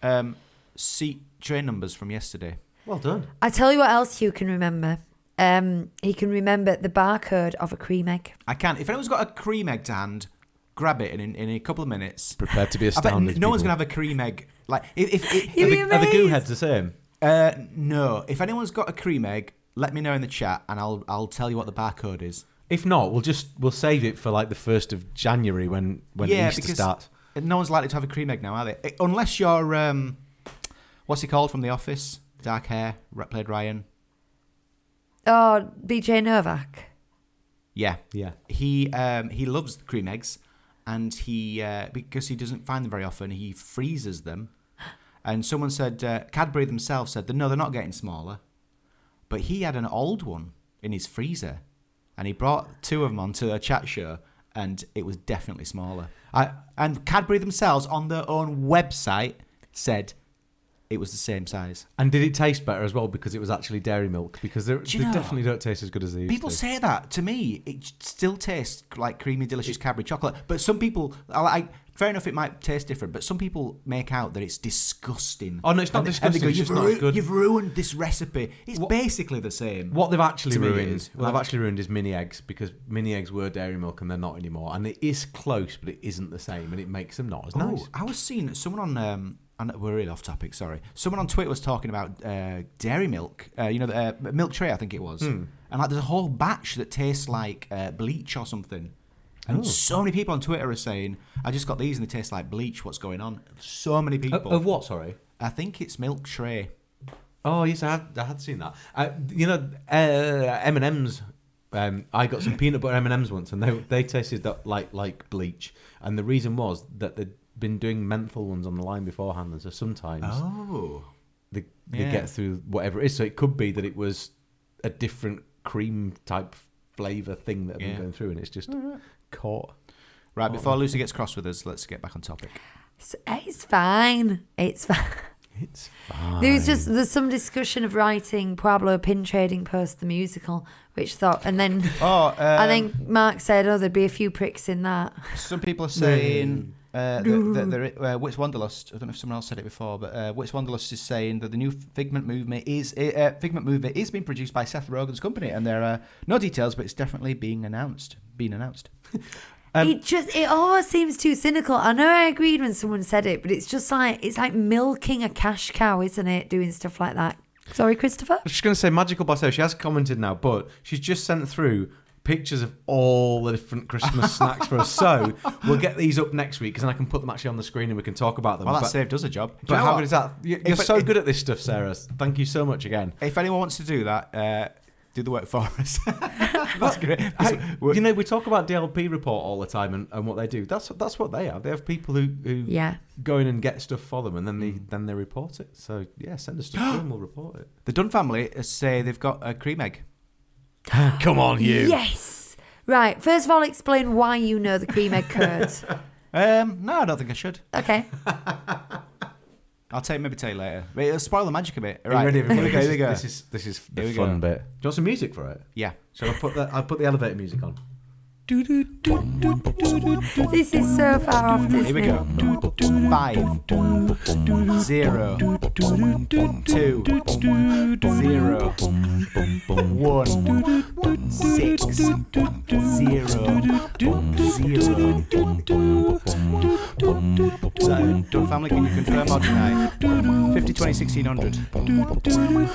[SPEAKER 1] um, seat train numbers from yesterday.
[SPEAKER 3] Well done.
[SPEAKER 2] I tell you what else Hugh can remember. Um, he can remember the barcode of a cream egg.
[SPEAKER 1] I can. If anyone's got a cream egg to hand, grab it, and in, in a couple of minutes,
[SPEAKER 3] Prepared to be
[SPEAKER 1] I bet n- no
[SPEAKER 3] astounded.
[SPEAKER 1] one's gonna
[SPEAKER 3] people.
[SPEAKER 1] have a cream egg. Like if, if, if,
[SPEAKER 2] You'd
[SPEAKER 3] Are
[SPEAKER 2] be
[SPEAKER 3] the, are the goo
[SPEAKER 2] amazed.
[SPEAKER 3] heads the same?
[SPEAKER 1] uh, no, if anyone's got a cream egg, let me know in the chat, and I'll I'll tell you what the barcode is.
[SPEAKER 3] If not, we'll just we'll save it for like the first of January when when
[SPEAKER 1] Yeah,
[SPEAKER 3] Easter
[SPEAKER 1] because-
[SPEAKER 3] starts.
[SPEAKER 1] No one's likely to have a cream egg now, are they? Eh, Unless you're um, what's he called from The Office? Dark hair, re- played Ryan.
[SPEAKER 2] Oh, BJ Novak.
[SPEAKER 1] Yeah,
[SPEAKER 3] Yeah.
[SPEAKER 1] he um, he loves cream eggs, and he uh, because he doesn't find them very often, he freezes them. And someone said uh, Cadbury themselves said that no, they're not getting smaller, but he had an old one in his freezer, and he brought two of them onto a chat show, and it was definitely smaller. I, and Cadbury themselves on their own website said it was the same size.
[SPEAKER 3] And did it taste better as well because it was actually dairy milk? Because they're,
[SPEAKER 1] Do
[SPEAKER 3] they
[SPEAKER 1] you know-
[SPEAKER 3] definitely don't taste as good as these.
[SPEAKER 1] People say that to me. It still tastes like creamy, delicious Cadbury chocolate. But some people, I like, fair enough, it might taste different. But some people make out that it's disgusting.
[SPEAKER 3] Oh, no, it's not
[SPEAKER 1] And they-
[SPEAKER 3] disgusting,
[SPEAKER 1] And
[SPEAKER 3] it's
[SPEAKER 1] they
[SPEAKER 3] just
[SPEAKER 1] go,
[SPEAKER 3] not
[SPEAKER 1] you've,
[SPEAKER 3] as good."
[SPEAKER 1] you've ruined this recipe. It's
[SPEAKER 3] What-
[SPEAKER 1] basically the same.
[SPEAKER 3] What they've actually
[SPEAKER 1] To me, it
[SPEAKER 3] ruined,
[SPEAKER 1] is.
[SPEAKER 3] what they've actually ruined is mini eggs because mini eggs were dairy milk and they're not anymore. And it is close, but it isn't the same, and it makes them not as
[SPEAKER 1] Oh,
[SPEAKER 3] nice.
[SPEAKER 1] I was seeing someone on. Um, and we're really off topic. Sorry. Someone on Twitter was talking about uh, dairy milk. Uh, you know, the, uh, milk tray. I think it was.
[SPEAKER 3] Hmm.
[SPEAKER 1] And like, there's a whole batch that tastes like uh, bleach or something.
[SPEAKER 3] Oh.
[SPEAKER 1] And so many people on Twitter are saying, "I just got these and they taste like bleach. What's going on?" So many people.
[SPEAKER 3] of what? Sorry.
[SPEAKER 1] I think it's milk tray.
[SPEAKER 3] Oh yes, I had, I had seen that. Uh, you know, uh, M and M's. Um, I got some peanut butter M and M's once, and they they tasted that like like bleach. And the reason was that they'd been doing menthol ones on the line beforehand, and so sometimes
[SPEAKER 1] Oh.
[SPEAKER 3] they, they
[SPEAKER 1] Yeah.
[SPEAKER 3] get through whatever it is. So it could be that it was a different cream type flavor thing that had
[SPEAKER 1] Yeah.
[SPEAKER 3] been going through, and it's just caught.
[SPEAKER 1] Right.
[SPEAKER 3] Oh.
[SPEAKER 1] Before Lucy gets cross with us, let's get back on topic.
[SPEAKER 2] It's, eh, it's fine. It's fine.
[SPEAKER 3] It's fine.
[SPEAKER 2] <laughs> There was just there's some discussion of writing Pablo Pin Trading Post the musical, which thought, and then
[SPEAKER 1] Oh, <laughs>
[SPEAKER 2] I think Mark said, "Oh, there'd be a few pricks in that."
[SPEAKER 1] Some people are saying uh, that, that there, uh, Wits Wanderlust. I don't know if someone else said it before, but uh, Wits Wanderlust is saying that the new Figment movie is uh, Figment movie is being produced by Seth Rogen's company, and there are no details, but it's definitely being announced. Being announced. Um,
[SPEAKER 2] it just it almost seems too cynical. I know I agreed when someone said it, but it's just like it's like milking a cash cow, isn't it? Doing stuff like that. Sorry, Christopher.
[SPEAKER 3] I was just going to say Magical Plateau. She has commented now, but she's just sent through pictures of all the different Christmas <laughs> snacks for us. So we'll get these up next week because then I can put them actually on the screen and we can talk about them.
[SPEAKER 1] Well, that
[SPEAKER 3] but
[SPEAKER 1] saved us a job. Do
[SPEAKER 3] but
[SPEAKER 1] you know
[SPEAKER 3] how
[SPEAKER 1] what?
[SPEAKER 3] good is that? You- You're
[SPEAKER 1] If I-
[SPEAKER 3] so good at this stuff, Sarah. Thank you so much again.
[SPEAKER 1] If anyone wants to do that, uh, do the work for <laughs> us. That's great.
[SPEAKER 3] I-
[SPEAKER 1] We're-
[SPEAKER 3] you know, we talk about DLP report all the time and, and what they do. That's that's what they are. They have people who, who
[SPEAKER 2] Yeah.
[SPEAKER 3] go in and get stuff for them and then they then they report it. So yeah, send us <gasps> stuff through and we'll report it.
[SPEAKER 1] the Dunn family say they've got a cream egg.
[SPEAKER 3] Come on,
[SPEAKER 2] Yes. Right. First of all, explain why you know the cream egg curd.
[SPEAKER 1] <laughs> Um, no, I don't think I should.
[SPEAKER 2] Okay.
[SPEAKER 1] I'll tell you, maybe tell you later. But it'll spoil the magic a bit.
[SPEAKER 3] Are
[SPEAKER 1] Right.
[SPEAKER 3] you ready,
[SPEAKER 1] here
[SPEAKER 3] everybody?
[SPEAKER 1] we go. Here we go.
[SPEAKER 3] This is this is the
[SPEAKER 1] Here we
[SPEAKER 3] fun
[SPEAKER 1] go.
[SPEAKER 3] bit. Do you want some music for it?
[SPEAKER 1] yeah.
[SPEAKER 3] Shall I put the I'll put the elevator music on?
[SPEAKER 2] This is so far off.
[SPEAKER 1] Here
[SPEAKER 2] This
[SPEAKER 1] we go. Five, zero, two, zero, one, six, zero, zero. So, Dunn family, can you confirm or deny? 50, 20, 1600.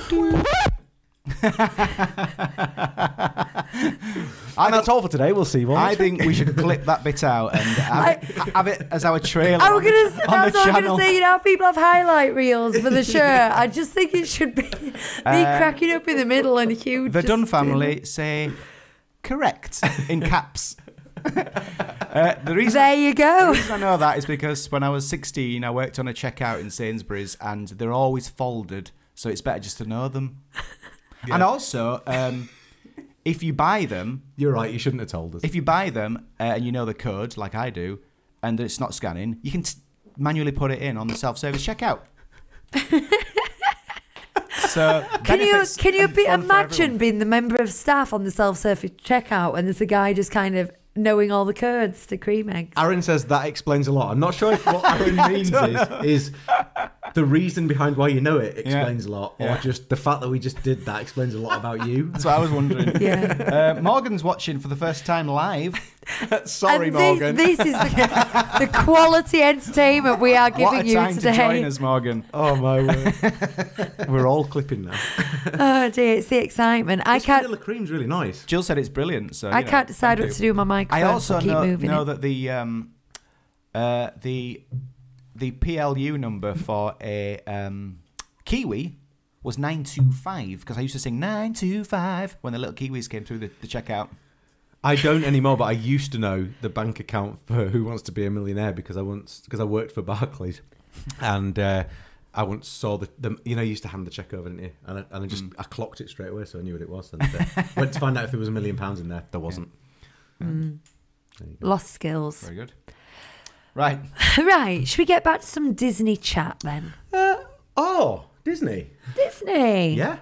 [SPEAKER 1] I
[SPEAKER 3] And
[SPEAKER 1] think,
[SPEAKER 3] that's all for today. We'll see you all.
[SPEAKER 1] I
[SPEAKER 3] next week.
[SPEAKER 1] think we should clip that bit out
[SPEAKER 2] <laughs>
[SPEAKER 1] and have, it, have it as our trailer.
[SPEAKER 2] I
[SPEAKER 1] on
[SPEAKER 2] was
[SPEAKER 1] the-
[SPEAKER 2] gonna, say-
[SPEAKER 1] on the
[SPEAKER 2] that's what I was
[SPEAKER 1] channel.
[SPEAKER 2] gonna say. You know, how people have highlight reels for the shirt.
[SPEAKER 1] <laughs>
[SPEAKER 2] I just think it should be me
[SPEAKER 1] Uh,
[SPEAKER 2] cracking up in the middle and Hugh.
[SPEAKER 1] The
[SPEAKER 2] just
[SPEAKER 1] Dunn
[SPEAKER 2] doing-
[SPEAKER 1] family say correct
[SPEAKER 2] <laughs>
[SPEAKER 1] in caps. uh, the reason.
[SPEAKER 2] There you
[SPEAKER 1] the <laughs>
[SPEAKER 2] go.
[SPEAKER 1] reason I know that is because when I was 16, I worked on a checkout in Sainsbury's, and they're always folded, so it's better just to
[SPEAKER 2] <laughs>
[SPEAKER 1] know them. And also, um, if you buy them,
[SPEAKER 3] You're right. You shouldn't have told us.
[SPEAKER 1] if you buy them uh, and you know the code, like I do, and that it's not scanning, you can t- manually put it in on the
[SPEAKER 2] <laughs>
[SPEAKER 1] self-service checkout. so
[SPEAKER 2] Can you
[SPEAKER 1] benefits
[SPEAKER 2] can you
[SPEAKER 1] and
[SPEAKER 2] be,
[SPEAKER 1] fun for
[SPEAKER 2] imagine
[SPEAKER 1] everyone.
[SPEAKER 2] being the member of staff on the self service checkout and there's a guy just kind of knowing all the curds to cream eggs?
[SPEAKER 3] <laughs> Aaron says that explains a lot. I'm not sure if what Aaron means is, is the reason behind why you know it
[SPEAKER 1] Yeah.
[SPEAKER 3] explains a lot, or
[SPEAKER 1] Yeah.
[SPEAKER 3] just the fact that we just did that explains a lot about <laughs> you.
[SPEAKER 1] That's what I was
[SPEAKER 2] <laughs>
[SPEAKER 1] wondering.
[SPEAKER 2] Yeah.
[SPEAKER 1] Uh, Morgan's watching for the first time live. <laughs> Sorry,
[SPEAKER 2] and thi-
[SPEAKER 1] Morgan.
[SPEAKER 2] This, is
[SPEAKER 1] <laughs>
[SPEAKER 2] the, the quality entertainment we are giving
[SPEAKER 1] what a
[SPEAKER 2] you
[SPEAKER 1] time
[SPEAKER 2] today.
[SPEAKER 1] to join us, Morgan.
[SPEAKER 3] Oh my word! <laughs> We're all clipping now.
[SPEAKER 2] Oh dear, it's the excitement. I
[SPEAKER 3] this
[SPEAKER 2] can't.
[SPEAKER 3] vanilla cream's really nice.
[SPEAKER 1] Jill said it's brilliant, so
[SPEAKER 2] I
[SPEAKER 1] you know,
[SPEAKER 2] can't decide
[SPEAKER 1] thank
[SPEAKER 2] what to
[SPEAKER 1] you.
[SPEAKER 2] do with my microphone.
[SPEAKER 1] I also
[SPEAKER 2] so keep
[SPEAKER 1] know,
[SPEAKER 2] moving
[SPEAKER 1] know
[SPEAKER 2] it.
[SPEAKER 1] that the um, uh, the the PLU number for a um, kiwi was nine two five because I used to sing nine two five when the little kiwis came through the, the checkout.
[SPEAKER 3] I don't anymore, but I used to know the bank account for <laughs> Who Wants to Be a Millionaire because I once because I worked for Barclays, and uh, I once saw the, the you know you used to hand the check over, didn't you? And I, and I
[SPEAKER 1] Mm.
[SPEAKER 3] just I clocked it straight away, so I knew what it was. And uh, went to find out if there was a million pounds in there. There wasn't.
[SPEAKER 2] Lost skills.
[SPEAKER 1] Very good. Right,
[SPEAKER 2] <laughs> right, should we get back to some Disney chat then?
[SPEAKER 3] Oh, Disney.
[SPEAKER 2] Disney.
[SPEAKER 3] Yeah.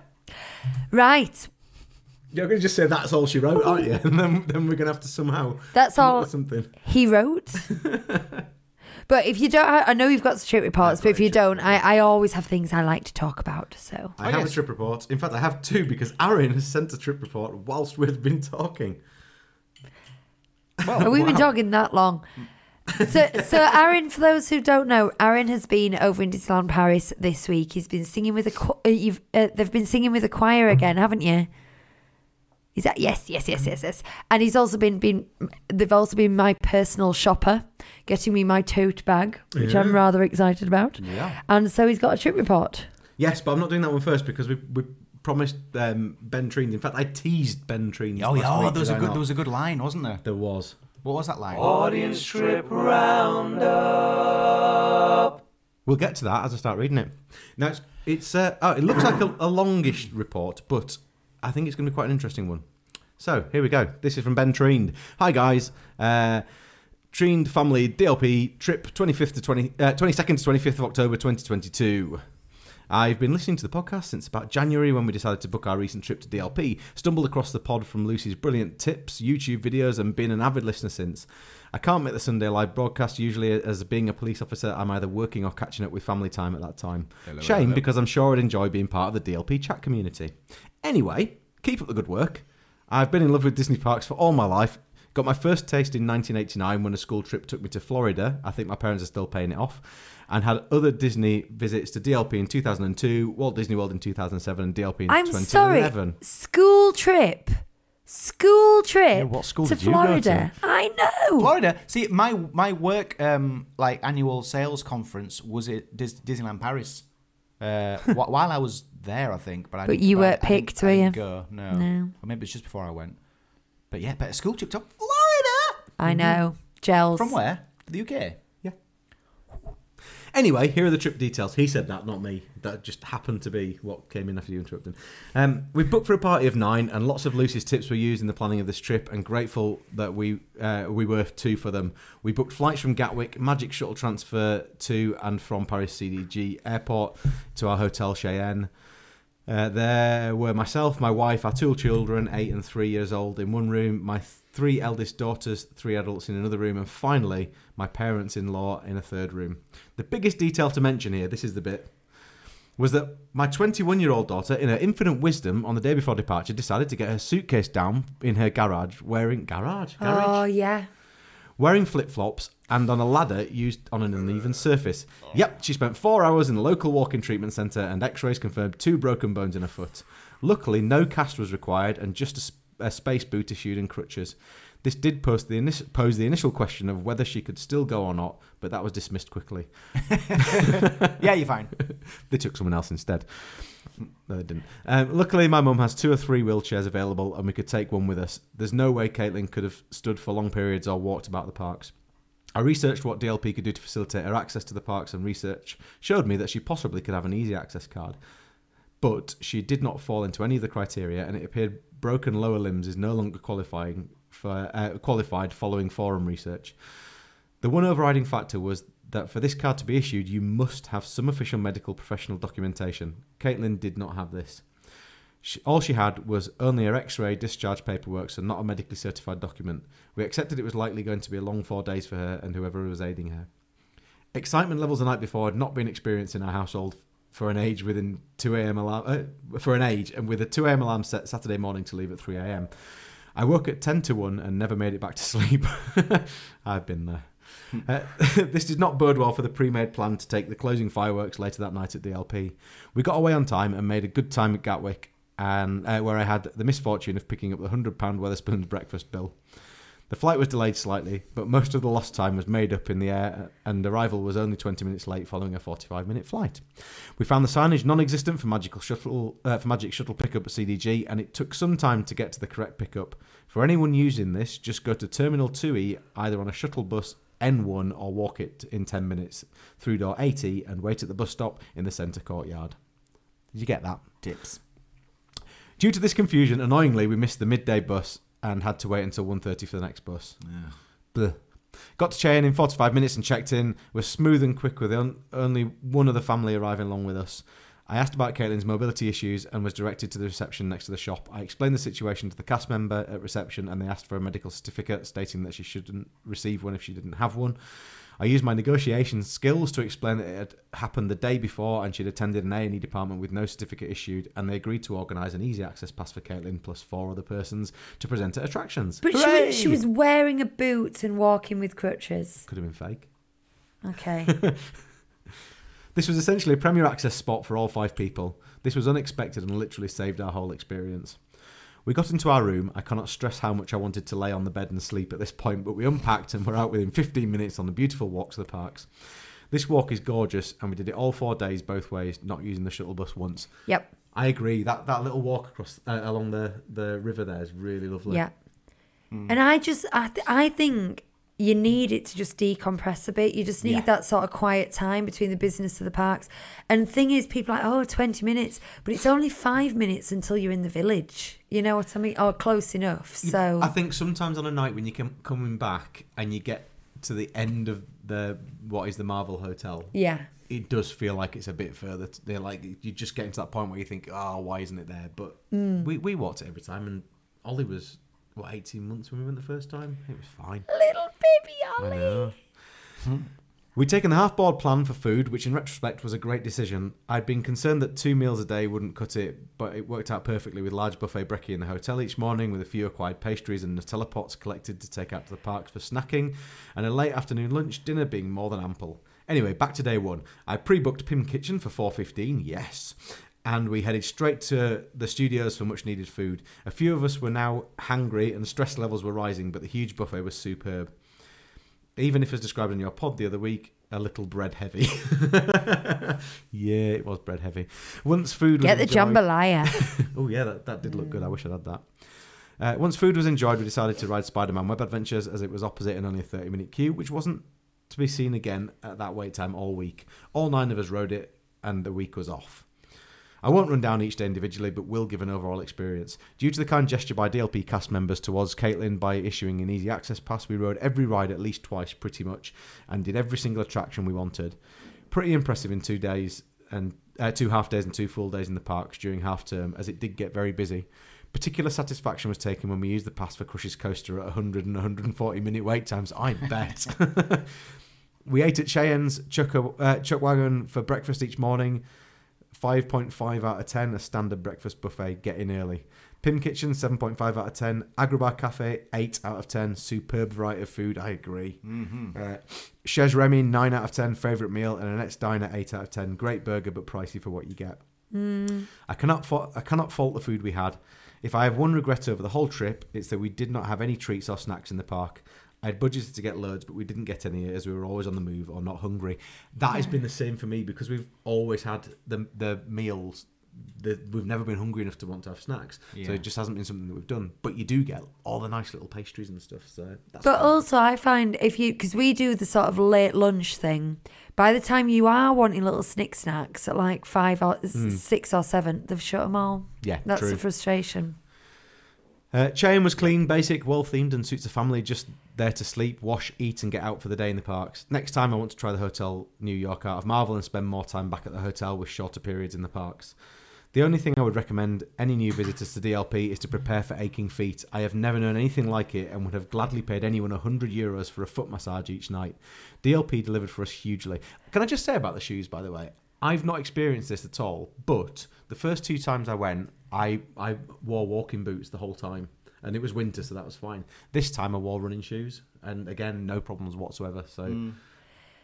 [SPEAKER 2] Right,
[SPEAKER 3] You're going to just say that's all she wrote, aren't you? And then, then we're going to have to somehow
[SPEAKER 2] that's
[SPEAKER 3] come up
[SPEAKER 2] all
[SPEAKER 3] with something.
[SPEAKER 2] he wrote. but if you don't, I know you've got some trip reports, but if you don't, I, I always have things I like to talk about. So
[SPEAKER 3] I
[SPEAKER 1] Oh,
[SPEAKER 3] have
[SPEAKER 1] yes.
[SPEAKER 3] a trip report. In fact, I have two because Aaron has sent a trip report whilst we've been talking.
[SPEAKER 2] Are we been talking that long? so, so Aaron, for those who don't know, Aaron has been over in Disneyland Paris this week. He's been singing with a cho- uh, you've uh, they've been singing with a choir again, haven't you? Is that yes, yes, yes, yes, yes? And he's also been been they've also been my personal shopper, getting me my tote bag, which I'm rather excited about.
[SPEAKER 3] Yeah.
[SPEAKER 2] And so he's got a trip report.
[SPEAKER 3] Yes, but I'm not doing that one first because we, we promised um, Ben Treens. In fact, I teased Ben Treens.
[SPEAKER 1] oh,
[SPEAKER 3] last
[SPEAKER 1] yeah, oh,
[SPEAKER 3] week,
[SPEAKER 1] there was a
[SPEAKER 3] did I
[SPEAKER 1] good
[SPEAKER 3] not?
[SPEAKER 1] there was a good line, wasn't there?
[SPEAKER 3] There was.
[SPEAKER 1] What was that line?
[SPEAKER 3] We'll get to that as I start reading it. Now, it's, it's uh, oh, it looks like a, a longish report, but I think it's going to be quite an interesting one. So, here we go. This is from Ben Treened. Hi, guys. Uh, Treened Family DLP trip 25th to 20, uh, 22nd to 25th of October 2022. I've been listening to the podcast since about January when we decided to book our recent trip to DLP. Stumbled across the pod from Lucy's brilliant tips, YouTube videos, and been an avid listener since. I can't make the Sunday live broadcast usually as being a police officer, I'm either working or catching up with family time at that time. Shame because I'm sure I'd enjoy being part of the DLP chat community. Anyway, keep up the good work. I've been in love with Disney parks for all my life. Got my first taste in 1989 when a school trip took me to Florida. I think my parents are still paying it off. And had other Disney visits to DLP in 2002, Walt Disney World in 2007, and DLP in
[SPEAKER 2] I'm sorry,
[SPEAKER 3] 2011.
[SPEAKER 2] school trip, school trip
[SPEAKER 3] what school
[SPEAKER 2] to
[SPEAKER 3] did you go
[SPEAKER 2] Florida. I know.
[SPEAKER 1] Florida. See, my my work um, like annual sales conference was at Dis- Disneyland Paris.
[SPEAKER 2] <laughs>
[SPEAKER 1] Uh, wh- while I was there, I think, but I
[SPEAKER 2] But
[SPEAKER 1] didn't-
[SPEAKER 2] you
[SPEAKER 1] I-
[SPEAKER 2] weren't
[SPEAKER 1] I didn't-
[SPEAKER 2] picked,
[SPEAKER 1] I
[SPEAKER 2] were
[SPEAKER 1] didn't
[SPEAKER 2] you?
[SPEAKER 1] Go, no,
[SPEAKER 2] No.
[SPEAKER 1] Or maybe it's just before I went. But yeah, but a school trip to Florida
[SPEAKER 3] Mm-hmm.
[SPEAKER 2] I know. Gels.
[SPEAKER 1] from where? The UK.
[SPEAKER 3] Anyway, here are the trip details. He said that, not me. That just happened to be what came in after you interrupted. Um, we booked for a party of nine, and lots of Lucy's tips were used in the planning of this trip. And grateful that we uh, we were two for them. We booked flights from Gatwick, Magic Shuttle transfer to and from Paris CDG Airport to our hotel Cheyenne. Uh, there were myself, my wife, our two children, eight and three years old, in one room, my three eldest daughters, three adults in another room, and finally, my parents in law in a third room. The biggest detail to mention here, this is the bit, was that my 21 year old daughter, in her infinite wisdom, on the day before departure, decided to get her suitcase down in her garage wearing. Garage? Garage?
[SPEAKER 2] Oh yeah.
[SPEAKER 3] wearing flip flops and on a ladder used on an uneven surface. Yep, she spent four hours in a local walk in treatment centre and x rays confirmed two broken bones in her foot. Luckily, no cast was required and just a, sp- a space boot issued and crutches. This did pose the, init- pose the initial question of whether she could still go or not, but that was dismissed quickly.
[SPEAKER 1] Yeah, you're fine. <laughs>
[SPEAKER 3] They took someone else instead. No, they didn't. Um, luckily, my mum has two or three wheelchairs available, and we could take one with us. There's no way Caitlin could have stood for long periods or walked about the parks. I researched what DLP could do to facilitate her access to the parks, and research showed me that she possibly could have an easy access card. But she did not fall into any of the criteria, and it appeared broken lower limbs is no longer qualifying for uh, qualified following forum research. The one overriding factor was that for this card to be issued, you must have some official medical professional documentation. Caitlin did not have this. She, all she had was only her x ray discharge paperwork, so not a medically certified document. We accepted it was likely going to be a long four days for her and whoever was aiding her. Excitement levels the night before had not been experienced in our household for an age within 2 a.m. alarm uh, for an age and with a 2 a.m. alarm set Saturday morning to leave at 3 a.m. I woke at 10 to 1 and never made it back to <laughs> sleep. I've been there. Uh, <laughs> this did not bode well for the pre-made plan to take the closing fireworks later that night at the LP. We got away on time and made a good time at Gatwick, and uh, where I had the misfortune of picking up the hundred pound Weatherspoons breakfast bill. The flight was delayed slightly, but most of the lost time was made up in the air, and arrival was only 20 minutes late following a 45-minute flight. We found the signage non-existent for magical shuttle uh, for magic shuttle pickup at CDG, and it took some time to get to the correct pickup. For anyone using this, just go to Terminal 2E either on a shuttle bus N1 or walk it in 10 minutes through door 80 and wait at the bus stop in the centre courtyard. Did you get that?
[SPEAKER 1] Tips.
[SPEAKER 3] Due to this confusion, annoyingly, we missed the midday bus and had to wait until 1.30 for the next bus. Bleh. Got to Cheyenne in 45 minutes and checked in. We're smooth and quick with on- only one other family arriving along with us. I asked about Caitlin's mobility issues and was directed to the reception next to the shop. I explained the situation to the cast member at reception and they asked for a medical certificate stating that she shouldn't receive one if she didn't have one. I used my negotiation skills to explain that it had happened the day before and she'd attended an A&E department with no certificate issued and they agreed to organise an easy access pass for Caitlin plus four other persons to present at attractions.
[SPEAKER 2] But she
[SPEAKER 3] Hooray!
[SPEAKER 2] was, she was wearing a boot and walking with crutches.
[SPEAKER 3] Could have been fake. <laughs>
[SPEAKER 2] Okay.
[SPEAKER 3] This was essentially a premier access spot for all five people. This was unexpected and literally saved our whole experience. We got into our room. I cannot stress how much I wanted to lay on the bed and sleep at this point, but we unpacked and were out within 15 minutes on the beautiful walk to the parks. This walk is gorgeous, and we did it all four days, both ways, not using the shuttle bus once.
[SPEAKER 2] yep.
[SPEAKER 3] I agree. That that little walk across uh, along the, the river there is really lovely.
[SPEAKER 2] Yeah.
[SPEAKER 3] Hmm.
[SPEAKER 2] And I just, I, th- I think you need it to just decompress a bit. You just need
[SPEAKER 3] Yeah.
[SPEAKER 2] that sort of quiet time between the business of the parks. And the thing is, people are like, oh, 20 minutes, but it's only five minutes until you're in the village. You know what I mean? Or close enough. So,
[SPEAKER 3] I think sometimes on a night when you come coming back and you get to the end of the what is the Marvel Hotel,
[SPEAKER 2] yeah.
[SPEAKER 3] it does feel like it's a bit further. T- they're like you're just getting to that point where you think, oh, why isn't it there? But we we walked it every time, and Ollie was what 18 months when we went the first time. It was fine.
[SPEAKER 2] Little baby Ollie.
[SPEAKER 3] Hmm. We'd taken the half board plan for food, which in retrospect was a great decision. I'd been concerned that two meals a day wouldn't cut it, but it worked out perfectly with large buffet brekkie in the hotel each morning with a few acquired pastries and Nutella pots collected to take out to the parks for snacking, and a late afternoon lunch dinner being more than ample. Anyway, back to day one. I pre-booked Pim Kitchen for 4.15, yes, and we headed straight to the studios for much needed food. A few of us were now hangry and stress levels were rising, but the huge buffet was superb even if as described in your pod the other week, a little bread heavy. <laughs> yeah, it was bread heavy. Once food was
[SPEAKER 2] Get the
[SPEAKER 3] enjoyed- <laughs>
[SPEAKER 2] jambalaya.
[SPEAKER 3] Oh yeah, that, that did look good. I wish I'd had that. Uh, once food was enjoyed, we decided to ride Spider-Man Web Adventures as it was opposite and only a 30-minute queue, which wasn't to be seen again at that wait time all week. All nine of us rode it, and the week was off. I won't run down each day individually, but will give an overall experience. Due to the kind gesture by DLP cast members towards Caitlin by issuing an easy access pass, we rode every ride at least twice, pretty much, and did every single attraction we wanted. Pretty impressive in two days and uh, two half days and two full days in the parks during half term, as it did get very busy. Particular satisfaction was taken when we used the pass for Crush's Coaster at 100 and 140 minute wait times. I bet. <laughs> we ate at Cheyenne's Chuck, uh, Chuck Wagon for breakfast each morning. 5.5 out of 10, a standard breakfast buffet, get in early. Pim Kitchen, 7.5 out of 10. Agrobar Cafe, 8 out of 10. Superb variety of food, I agree. Mm-hmm. Uh, Chez Remy, 9 out of 10, favourite meal. And Annette's Diner, 8 out of 10. Great burger, but pricey for what you get. I cannot fa- I cannot fault the food we had. If I have one regret over the whole trip, it's that we did not have any treats or snacks in the park. I had budgeted to get loads, but we didn't get any as we were always on the move or not hungry. That has been the same for me because we've always had the the meals. The, we've never been hungry enough to want to have snacks, so
[SPEAKER 1] Yeah.
[SPEAKER 3] it just hasn't been something that we've done. But you do get all the nice little pastries and stuff. So that's
[SPEAKER 2] But
[SPEAKER 3] fun.
[SPEAKER 2] also, I find if you because we do the sort of late lunch thing. By the time you are wanting little snick snacks at like five or s- six or seven, they've shut them all.
[SPEAKER 3] Hmm. Yeah,
[SPEAKER 2] that's
[SPEAKER 3] true.
[SPEAKER 2] the frustration.
[SPEAKER 3] Uh, Chain was clean, basic, well themed, and suits a family just there to sleep, wash, eat, and get out for the day in the parks. Next time, I want to try the Hotel New York out of Marvel and spend more time back at the hotel with shorter periods in the parks. The only thing I would recommend any new visitors to DLP is to prepare for aching feet. I have never known anything like it and would have gladly paid anyone 100 euros for a foot massage each night. DLP delivered for us hugely. Can I just say about the shoes, by the way? I've not experienced this at all, but the first two times I went, I, I wore walking boots the whole time. And it was winter, so that was fine. This time I wore running shoes, and again, no problems whatsoever. So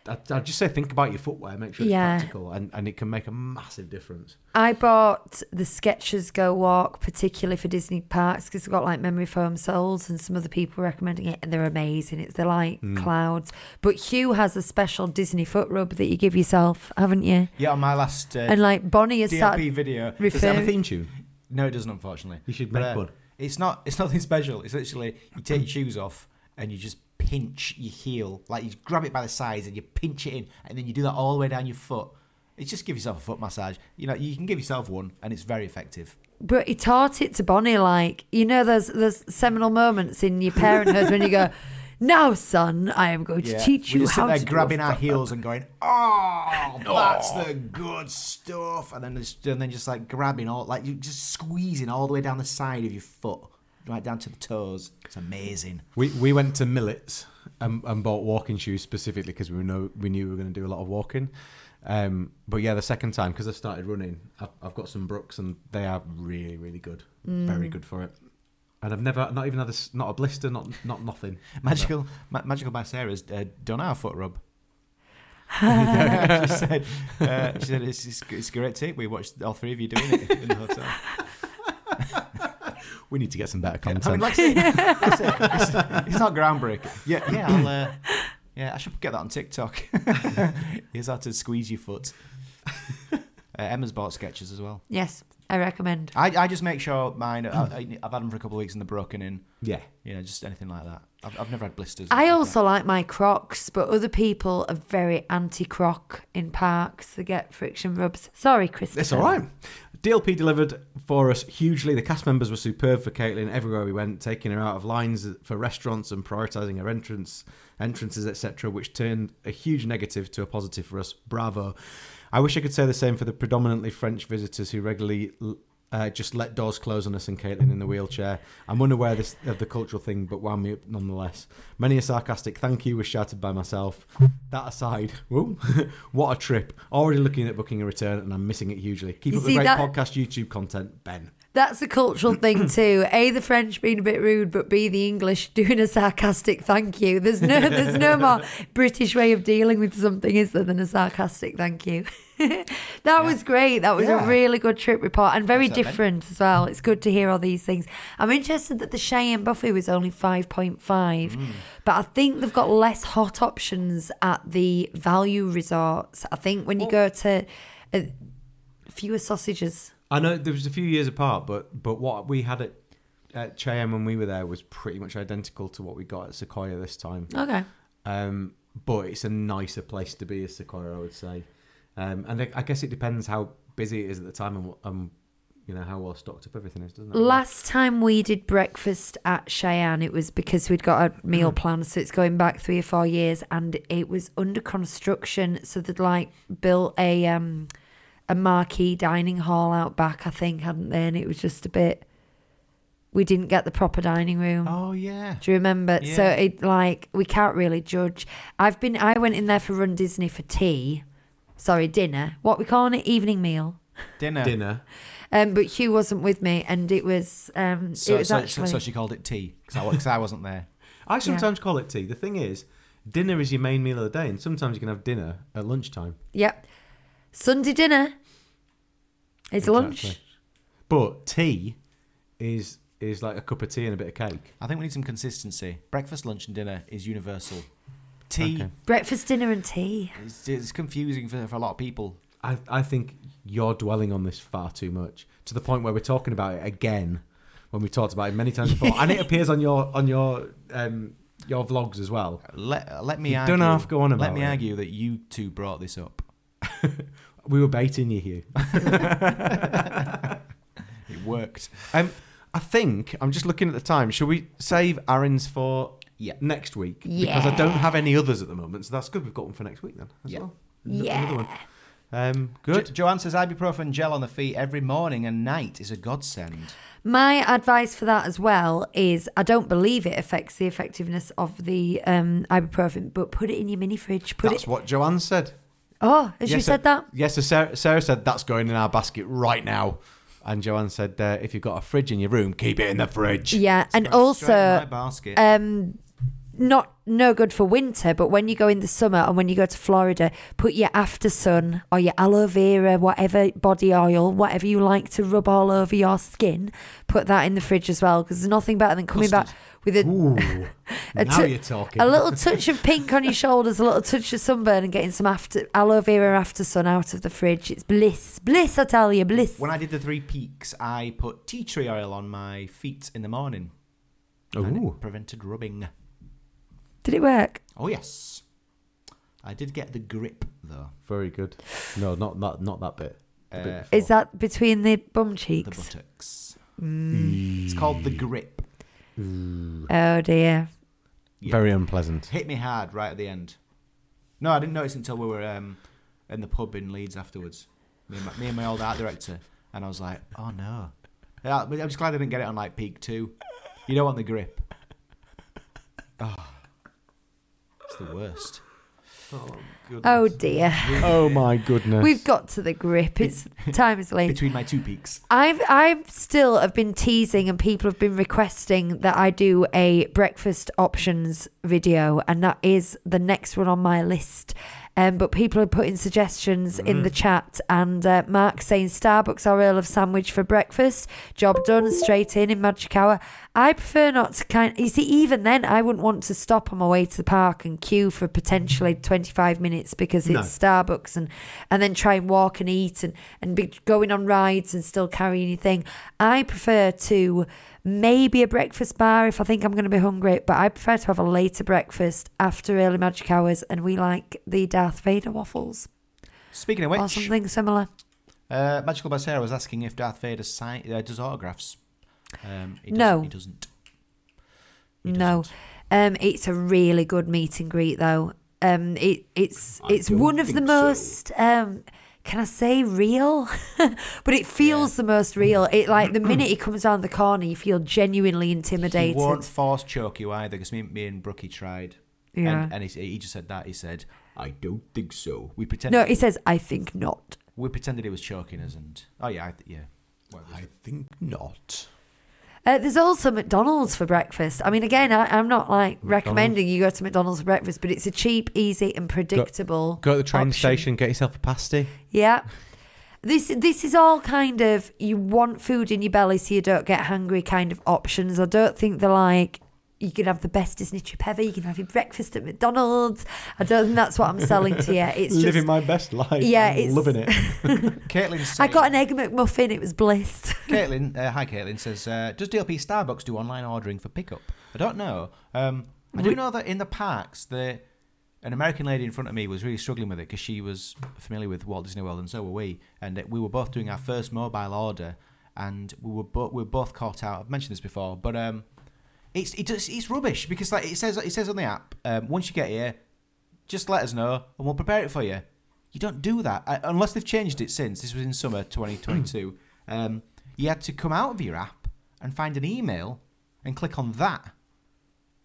[SPEAKER 3] I'd, I'd just say think about your footwear, make sure it's
[SPEAKER 2] Yeah.
[SPEAKER 3] practical, and, and it can make a massive difference.
[SPEAKER 2] I bought the Skechers Go Walk, particularly for Disney parks, because I've got like memory foam soles, and some other people recommending it, and they're amazing. It's they're like
[SPEAKER 3] Hmm.
[SPEAKER 2] clouds. But Hugh has a special Disney foot rub that you give yourself, haven't you?
[SPEAKER 1] Yeah, on my last uh,
[SPEAKER 2] And like Bonnie has
[SPEAKER 1] DLP
[SPEAKER 2] started
[SPEAKER 1] video.
[SPEAKER 3] Does it have a
[SPEAKER 2] referring.
[SPEAKER 3] theme tune?
[SPEAKER 1] No, it doesn't, unfortunately.
[SPEAKER 3] You should
[SPEAKER 1] But,
[SPEAKER 3] make
[SPEAKER 1] uh,
[SPEAKER 3] one.
[SPEAKER 1] It's not. It's nothing special. It's literally you take your shoes off and you just pinch your heel, like you grab it by the sides and you pinch it in, and then you do that all the way down your foot. It's just give yourself a foot massage. You know, you can give yourself one, and it's very effective.
[SPEAKER 2] But he taught it to Bonnie, like you know, there's there's seminal moments in your parenthood when you
[SPEAKER 1] <laughs>
[SPEAKER 2] go, "Now, son, I am going to teach
[SPEAKER 1] we
[SPEAKER 2] you
[SPEAKER 1] just
[SPEAKER 2] how
[SPEAKER 1] sit there
[SPEAKER 2] to do a
[SPEAKER 1] grabbing our
[SPEAKER 2] foot
[SPEAKER 1] heels and going,
[SPEAKER 3] <laughs>
[SPEAKER 1] "Oh, that's the good stuff," and then just, and then just like grabbing all, like you just squeezing all the way down the side of your foot, right down to the toes. It's amazing.
[SPEAKER 3] We we went to Millets and, and bought walking shoes specifically because we know we knew we were going to do a lot of walking. Um, but yeah, the second time because I started running, I've, I've got some Brooks and they are really really good, very good for it. And I've never not even had a s- not a blister, not not nothing.
[SPEAKER 1] <laughs> Magical, ma- magical by Sarah's uh, done our foot rub. <laughs> she said, uh, she said it's, it's, it's great tape. We watched all three of you doing it in the hotel.
[SPEAKER 3] We need to get some better
[SPEAKER 1] I mean,
[SPEAKER 3] content.
[SPEAKER 1] like, I say, it's, it's- it's not groundbreaking. Yeah, yeah, I'll, uh, yeah. I should get that on TikTok. <laughs> Here's how to squeeze your foot. Uh, Emma's bought sketches as well.
[SPEAKER 2] Yes, I recommend.
[SPEAKER 1] I, I just make sure mine. I, I, I've had them for a couple of weeks and they're broken in.
[SPEAKER 3] yeah,
[SPEAKER 1] You know, just anything like that. I've, I've never had blisters.
[SPEAKER 2] I also like my Crocs, but other people are very anti-Croc in parks. They get friction rubs. Sorry, Christopher.
[SPEAKER 3] It's all right. DLP delivered for us hugely. The cast members were superb for Caitlin everywhere we went, taking her out of lines for restaurants and prioritising her entrance entrances, etc., which turned a huge negative to a positive for us. Bravo. I wish I could say the same for the predominantly French visitors who regularly uh, just let doors close on us and Caitlin in the wheelchair. I'm unaware this, of the cultural thing, but wound me up nonetheless. Many a sarcastic thank you was shouted by myself. That aside, whoa, <laughs> what a trip. Already looking at booking a return, and I'm missing it hugely. Keep
[SPEAKER 2] You
[SPEAKER 3] up the
[SPEAKER 2] see
[SPEAKER 3] great
[SPEAKER 2] that-
[SPEAKER 3] podcast, YouTube content, Ben.
[SPEAKER 2] That's a cultural
[SPEAKER 1] <clears throat>
[SPEAKER 2] thing too. A, the French being a bit rude, but B, the English doing a sarcastic thank you. There's no, there's no
[SPEAKER 1] <laughs>
[SPEAKER 2] more British way of dealing with something, is there, than a sarcastic thank you? <laughs> that was great. That was
[SPEAKER 1] Yeah.
[SPEAKER 2] a really good trip report and very
[SPEAKER 1] Thanks for that, Ben.
[SPEAKER 2] different as well. It's good to hear all these things. I'm interested that the Cheyenne buffet was only 5.5,
[SPEAKER 1] Mm.
[SPEAKER 2] but I think they've got less hot options at the value resorts. I think
[SPEAKER 1] Oh.
[SPEAKER 2] when you go to uh, fewer sausages.
[SPEAKER 3] I know there was a few years apart, but but what we had at, at Cheyenne when we were there was pretty much identical to what we got at Sequoia this time.
[SPEAKER 2] Okay.
[SPEAKER 3] Um, but it's a nicer place to be as Sequoia, I would say. Um, and I, I guess it depends how busy it is at the time and wh- um, you know how well stocked up everything is, doesn't it?
[SPEAKER 2] Last time we did breakfast at Cheyenne, it was because we'd got a meal
[SPEAKER 1] Mm-hmm.
[SPEAKER 2] plan, so it's going back three or four years, and it was under construction, so they'd like built a um a marquee dining hall out back, I think, hadn't they? And it was just a bit. We didn't get the proper dining room.
[SPEAKER 1] Oh yeah.
[SPEAKER 2] Do you remember? So
[SPEAKER 1] Yeah.
[SPEAKER 2] it like we can't really judge. I've been. I went in there for Run Disney for tea. Sorry, dinner. What we calling it? Evening meal.
[SPEAKER 1] Dinner.
[SPEAKER 3] Dinner.
[SPEAKER 2] Um, but Hugh wasn't with me, and it was um,
[SPEAKER 1] So,
[SPEAKER 2] it was
[SPEAKER 1] so,
[SPEAKER 2] actually
[SPEAKER 1] so she called it tea because I, wasn't there.
[SPEAKER 3] I sometimes call it tea. The thing is, dinner is your main meal of the day, and sometimes you can have dinner at lunchtime.
[SPEAKER 2] yep. Sunday dinner is lunch.
[SPEAKER 3] Exactly. But tea is is like a cup of tea and a bit of cake.
[SPEAKER 1] I think we need some consistency. Breakfast, lunch, and dinner is universal. Tea
[SPEAKER 3] Okay.
[SPEAKER 2] Breakfast, dinner, and tea.
[SPEAKER 1] is it's confusing for, for a lot of people.
[SPEAKER 3] I, I think you're dwelling on this far too much to the point where we're talking about it again when we talked about it many times before, <laughs> and it appears on your on your um, your vlogs as well.
[SPEAKER 1] Let uh, let me
[SPEAKER 3] You
[SPEAKER 1] argue.
[SPEAKER 3] don't have to go on
[SPEAKER 1] Let
[SPEAKER 3] about
[SPEAKER 1] me
[SPEAKER 3] it.
[SPEAKER 1] argue that you two brought this up.
[SPEAKER 3] We were baiting you, Hugh.
[SPEAKER 1] It worked.
[SPEAKER 3] Um, I think I'm just looking at the time. Shall we save Aaron's for
[SPEAKER 1] Yeah.
[SPEAKER 3] next week? Because I don't
[SPEAKER 2] Yeah.
[SPEAKER 3] have any others at the moment, so that's good. We've got one for next week then. As
[SPEAKER 1] Yeah.
[SPEAKER 3] well. An-
[SPEAKER 2] Yeah.
[SPEAKER 3] Another one. Um, good.
[SPEAKER 1] Jo- Joanne says ibuprofen gel on the feet every morning and night is a godsend.
[SPEAKER 2] My advice for that as well is I don't believe it affects the effectiveness of the um, ibuprofen, but put it in your mini fridge. Put
[SPEAKER 3] That's
[SPEAKER 2] it.
[SPEAKER 3] what Joanne said.
[SPEAKER 2] Oh, as you
[SPEAKER 3] Yes,
[SPEAKER 2] said
[SPEAKER 3] uh,
[SPEAKER 2] that.
[SPEAKER 3] Yes, so Sarah, Sarah said that's going in our basket right now. And Joanne said, uh, if you've got a fridge in your room, keep it in the fridge.
[SPEAKER 2] Yeah, and
[SPEAKER 1] Going straight in my
[SPEAKER 2] also
[SPEAKER 1] basket.
[SPEAKER 2] um, not no good for winter, but when you go in the summer and when you go to Florida, put your after sun or your aloe vera, whatever body oil, whatever you like to rub all over your skin, put that in the fridge as well because there's nothing better than coming back with a <laughs>
[SPEAKER 3] Ooh,
[SPEAKER 2] A
[SPEAKER 3] now
[SPEAKER 2] tou-
[SPEAKER 3] you're talking.
[SPEAKER 2] a little touch
[SPEAKER 1] <laughs>
[SPEAKER 2] of pink on your shoulders, a little touch of sunburn, and getting some after aloe vera after sun out of the fridge. It's bliss, bliss, I tell you, bliss.
[SPEAKER 1] when I did the three peaks, I put tea tree oil on my feet in the morning. And
[SPEAKER 3] Ooh.
[SPEAKER 1] it prevented rubbing.
[SPEAKER 2] Did it work?
[SPEAKER 1] Oh, yes. I did get the grip, though.
[SPEAKER 3] Very good. No, not not not that bit. The bit
[SPEAKER 1] Uh,
[SPEAKER 3] before.
[SPEAKER 2] Is that between the bum
[SPEAKER 1] The
[SPEAKER 2] cheeks?
[SPEAKER 1] buttocks. It's called the grip.
[SPEAKER 2] oh dear.
[SPEAKER 1] yeah.
[SPEAKER 3] very unpleasant?
[SPEAKER 1] Hit me hard right at the end. No, I didn't notice until we were um, in the pub in Leeds afterwards. Me and, my, me and my old art director. And I was like, oh, no. Yeah, but I'm just glad I didn't get it on, like, peak two. You don't want the grip. Oh. It's the worst.
[SPEAKER 2] Oh dear.
[SPEAKER 3] Oh my goodness.
[SPEAKER 2] We've got to the grip.
[SPEAKER 1] <laughs>
[SPEAKER 2] It's time is late.
[SPEAKER 1] Between my two peaks.
[SPEAKER 2] I've I've still have been teasing and people have been requesting that I do a breakfast options video and that is the next one on my list. Um, but people are putting suggestions in the chat and uh, Mark's saying Starbucks or Earl of Sandwich for breakfast. Job done, straight in in Magic Hour. I prefer not to kind. You see, even then, I wouldn't want to stop on my way to the park and queue for potentially twenty five minutes because it's Starbucks and and then try and walk and eat and and be going on rides and still carry anything. I prefer to maybe a breakfast bar if I think I'm going to be hungry, but I prefer to have a later breakfast after early magic hours, and we like the Darth Vader waffles
[SPEAKER 1] Speaking of
[SPEAKER 2] or
[SPEAKER 1] which,
[SPEAKER 2] something similar.
[SPEAKER 1] uh, Magical by Sarah was asking if Darth Vader sign- uh, does autographs. Um, he doesn't-
[SPEAKER 2] No.
[SPEAKER 1] He doesn't.
[SPEAKER 2] No, um, it's a really good meet and greet though. Um, it it's it's one of the most um, can I say real? <laughs> but it feels the most real. It like the
[SPEAKER 3] <clears throat>
[SPEAKER 2] minute he comes around the corner, you feel genuinely
[SPEAKER 1] He
[SPEAKER 2] intimidated.
[SPEAKER 1] won't force choke you either because me, me and Brookie tried.
[SPEAKER 2] Yeah.
[SPEAKER 1] And, and he, s- he just said that. He said, I don't think so. We pretended,
[SPEAKER 2] No, he says, I think not.
[SPEAKER 1] we pretended he was choking us and. Oh, yeah. I th- yeah.
[SPEAKER 3] I think not.
[SPEAKER 2] Uh, there's also McDonald's for breakfast. I mean, again, I, I'm not like recommending you go to McDonald's for breakfast, but it's a cheap, easy, and predictable.
[SPEAKER 3] Go to the train
[SPEAKER 2] option.
[SPEAKER 3] station, get yourself a pasty.
[SPEAKER 2] Yeah. This this is all kind of you want food in your belly so you don't get hungry kind of options. I don't think they're like you can have the best Disney trip ever. You can have your breakfast at McDonald's. I don't think that's what I'm selling to you. It's just
[SPEAKER 3] my best life.
[SPEAKER 2] Yeah, I'm it's- loving
[SPEAKER 3] it.
[SPEAKER 1] Caitlin says,
[SPEAKER 2] I got an e-, egg McMuffin. It was bliss. <laughs>
[SPEAKER 1] Caitlin, uh, hi, Caitlin says, uh, does DLP Starbucks do online ordering for pickup? I don't know. Um, I do know that in the parks, the an American lady in front of me was really struggling with it because she was familiar with Walt Disney World, and so were we. And it- we were both doing our first mobile order, and we were both we were both caught out. I've mentioned this before, but um, it's it just, it's rubbish because like it says it says on the app, um, once you get here, just let us know and we'll prepare it for you. You don't do that I, unless they've changed it since. This was in summer
[SPEAKER 3] <clears throat>
[SPEAKER 1] 2022. um, you had to come out of your app and find an email and click on that,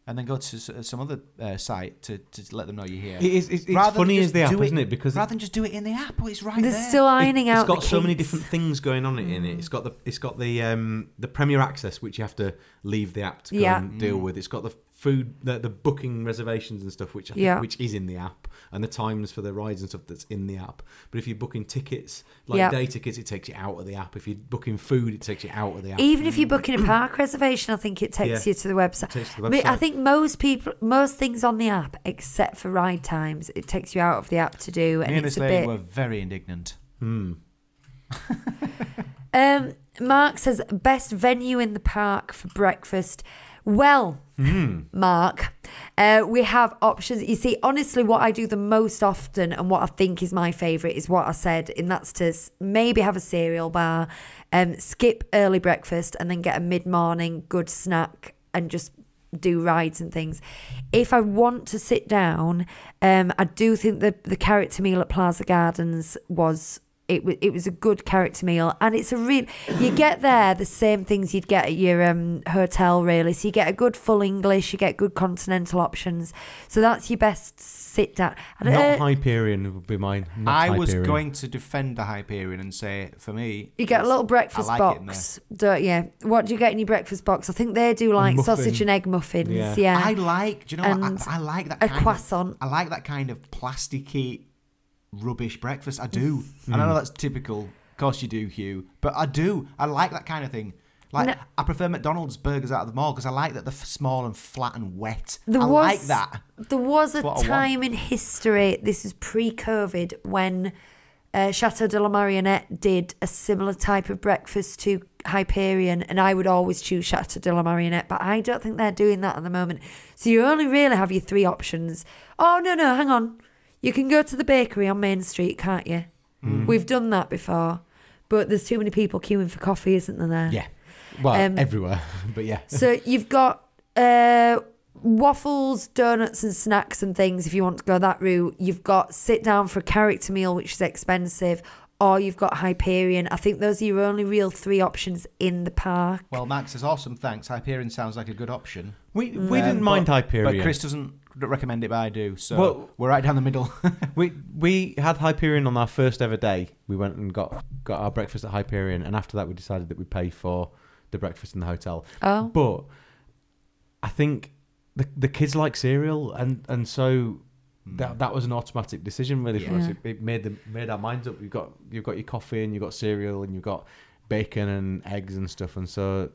[SPEAKER 1] and then go to s- some other uh, site to, to let them know you're here.
[SPEAKER 3] It is, it's, it's
[SPEAKER 1] Rather than
[SPEAKER 3] funny
[SPEAKER 1] just
[SPEAKER 3] as the app,
[SPEAKER 1] do
[SPEAKER 3] isn't it? Because
[SPEAKER 1] rather than just do it in the app, well, it's right
[SPEAKER 2] They're
[SPEAKER 1] there.
[SPEAKER 2] still ironing
[SPEAKER 3] it,
[SPEAKER 2] out.
[SPEAKER 3] has got
[SPEAKER 2] the
[SPEAKER 3] so many
[SPEAKER 2] kinks.
[SPEAKER 3] different things going on in it. It's got the it's got the um, the Premier Access, which you have to leave the app to go
[SPEAKER 2] Yeah.
[SPEAKER 3] and deal
[SPEAKER 1] Mm.
[SPEAKER 3] with. It's got the food, the, the booking reservations and stuff, which I think,
[SPEAKER 2] Yeah.
[SPEAKER 3] which is in the app, and the times for the rides and stuff that's in the app. But if you're booking tickets, like
[SPEAKER 2] Yeah.
[SPEAKER 3] day tickets, it takes you out of the app. If you're booking food, it takes you out of the app.
[SPEAKER 2] Even if you're booking a park reservation, I think it takes
[SPEAKER 3] Yeah.
[SPEAKER 2] you to the website.
[SPEAKER 3] Takes you to the
[SPEAKER 2] I, mean, I
[SPEAKER 3] website.
[SPEAKER 2] think most people, most things on the app, except for ride times, it takes you out of the app to do, and
[SPEAKER 1] Me and
[SPEAKER 2] it's
[SPEAKER 1] this
[SPEAKER 2] a
[SPEAKER 1] lady
[SPEAKER 2] bit.
[SPEAKER 1] were very indignant.
[SPEAKER 2] Um, Mark says best venue in the park for breakfast. Well, Mark, uh, we have options. You see, honestly, what I do the most often and what I think is my favourite is what I said, and that's to s- maybe have a cereal bar, um, skip early breakfast, and then get a mid morning good snack and just do rides and things. If I want to sit down, um, I do think the the character meal at Plaza Gardens was it was it was a good character meal, and it's a real. You get there the same things you'd get at your um, hotel, really. So you get a good full English, you get good continental options. So that's your best sit down. I don't-
[SPEAKER 3] Not
[SPEAKER 2] uh,
[SPEAKER 3] Hyperion would be mine. Not
[SPEAKER 1] I was
[SPEAKER 3] Hyperion.
[SPEAKER 1] going to defend the Hyperion and say, for me,
[SPEAKER 2] You get a
[SPEAKER 1] it's-
[SPEAKER 2] little breakfast
[SPEAKER 1] I like it in
[SPEAKER 2] box, don't you? What do you get in your breakfast box? I think they do like
[SPEAKER 3] muffin.
[SPEAKER 2] sausage and egg muffins. Yeah,
[SPEAKER 3] Yeah.
[SPEAKER 1] I like. Do you know?
[SPEAKER 2] And
[SPEAKER 1] what? I, I like that.
[SPEAKER 2] a
[SPEAKER 1] kind
[SPEAKER 2] croissant.
[SPEAKER 1] Of, I like that kind of plasticky, rubbish breakfast. I do,
[SPEAKER 3] Hmm.
[SPEAKER 1] and I know that's typical. Of course, you do, Hugh. But I do. I like that kind of thing. Like
[SPEAKER 2] No.
[SPEAKER 1] I prefer McDonald's burgers out of the mall because I like that they're f- small and flat and wet.
[SPEAKER 2] There
[SPEAKER 1] I
[SPEAKER 2] was,
[SPEAKER 1] like that.
[SPEAKER 2] There was a
[SPEAKER 1] What I want.
[SPEAKER 2] time in history, this is pre COVID, when uh, Chateau de la Marionette did a similar type of breakfast to Hyperion, and I would always choose Chateau de la Marionette, but I don't think they're doing that at the moment. So you only really have your three options. Oh, no, no, hang on. You can go to the bakery on Main Street, can't you?
[SPEAKER 1] Mm.
[SPEAKER 2] We've done that before, but there's too many people queuing for coffee, isn't there? There.
[SPEAKER 3] Yeah. Well,
[SPEAKER 2] Um,
[SPEAKER 3] everywhere. <laughs> But yeah.
[SPEAKER 2] So you've got uh, waffles, donuts, and snacks and things if you want to go that route. You've got sit down for a character meal, which is expensive, or you've got Hyperion. I think those are your only real three options in the park.
[SPEAKER 1] Well, Max is awesome. Thanks. Hyperion sounds like a good option.
[SPEAKER 3] We, we
[SPEAKER 1] Um,
[SPEAKER 3] didn't mind
[SPEAKER 1] but-
[SPEAKER 3] Hyperion.
[SPEAKER 1] But Chris doesn't recommend it, but I do. So
[SPEAKER 3] Well-
[SPEAKER 1] we're right down the middle. <laughs>
[SPEAKER 3] We we had Hyperion on our first ever day. We went and got got our breakfast at Hyperion, and after that, we decided that we'd pay for the breakfast in the hotel.
[SPEAKER 2] Oh.
[SPEAKER 3] But I think the the kids like cereal, and and so that that was an automatic decision really for us.
[SPEAKER 2] Yeah.
[SPEAKER 3] It, it made them made our minds up. You've got you've got your coffee, and you've got cereal, and you've got bacon and eggs and stuff, and so.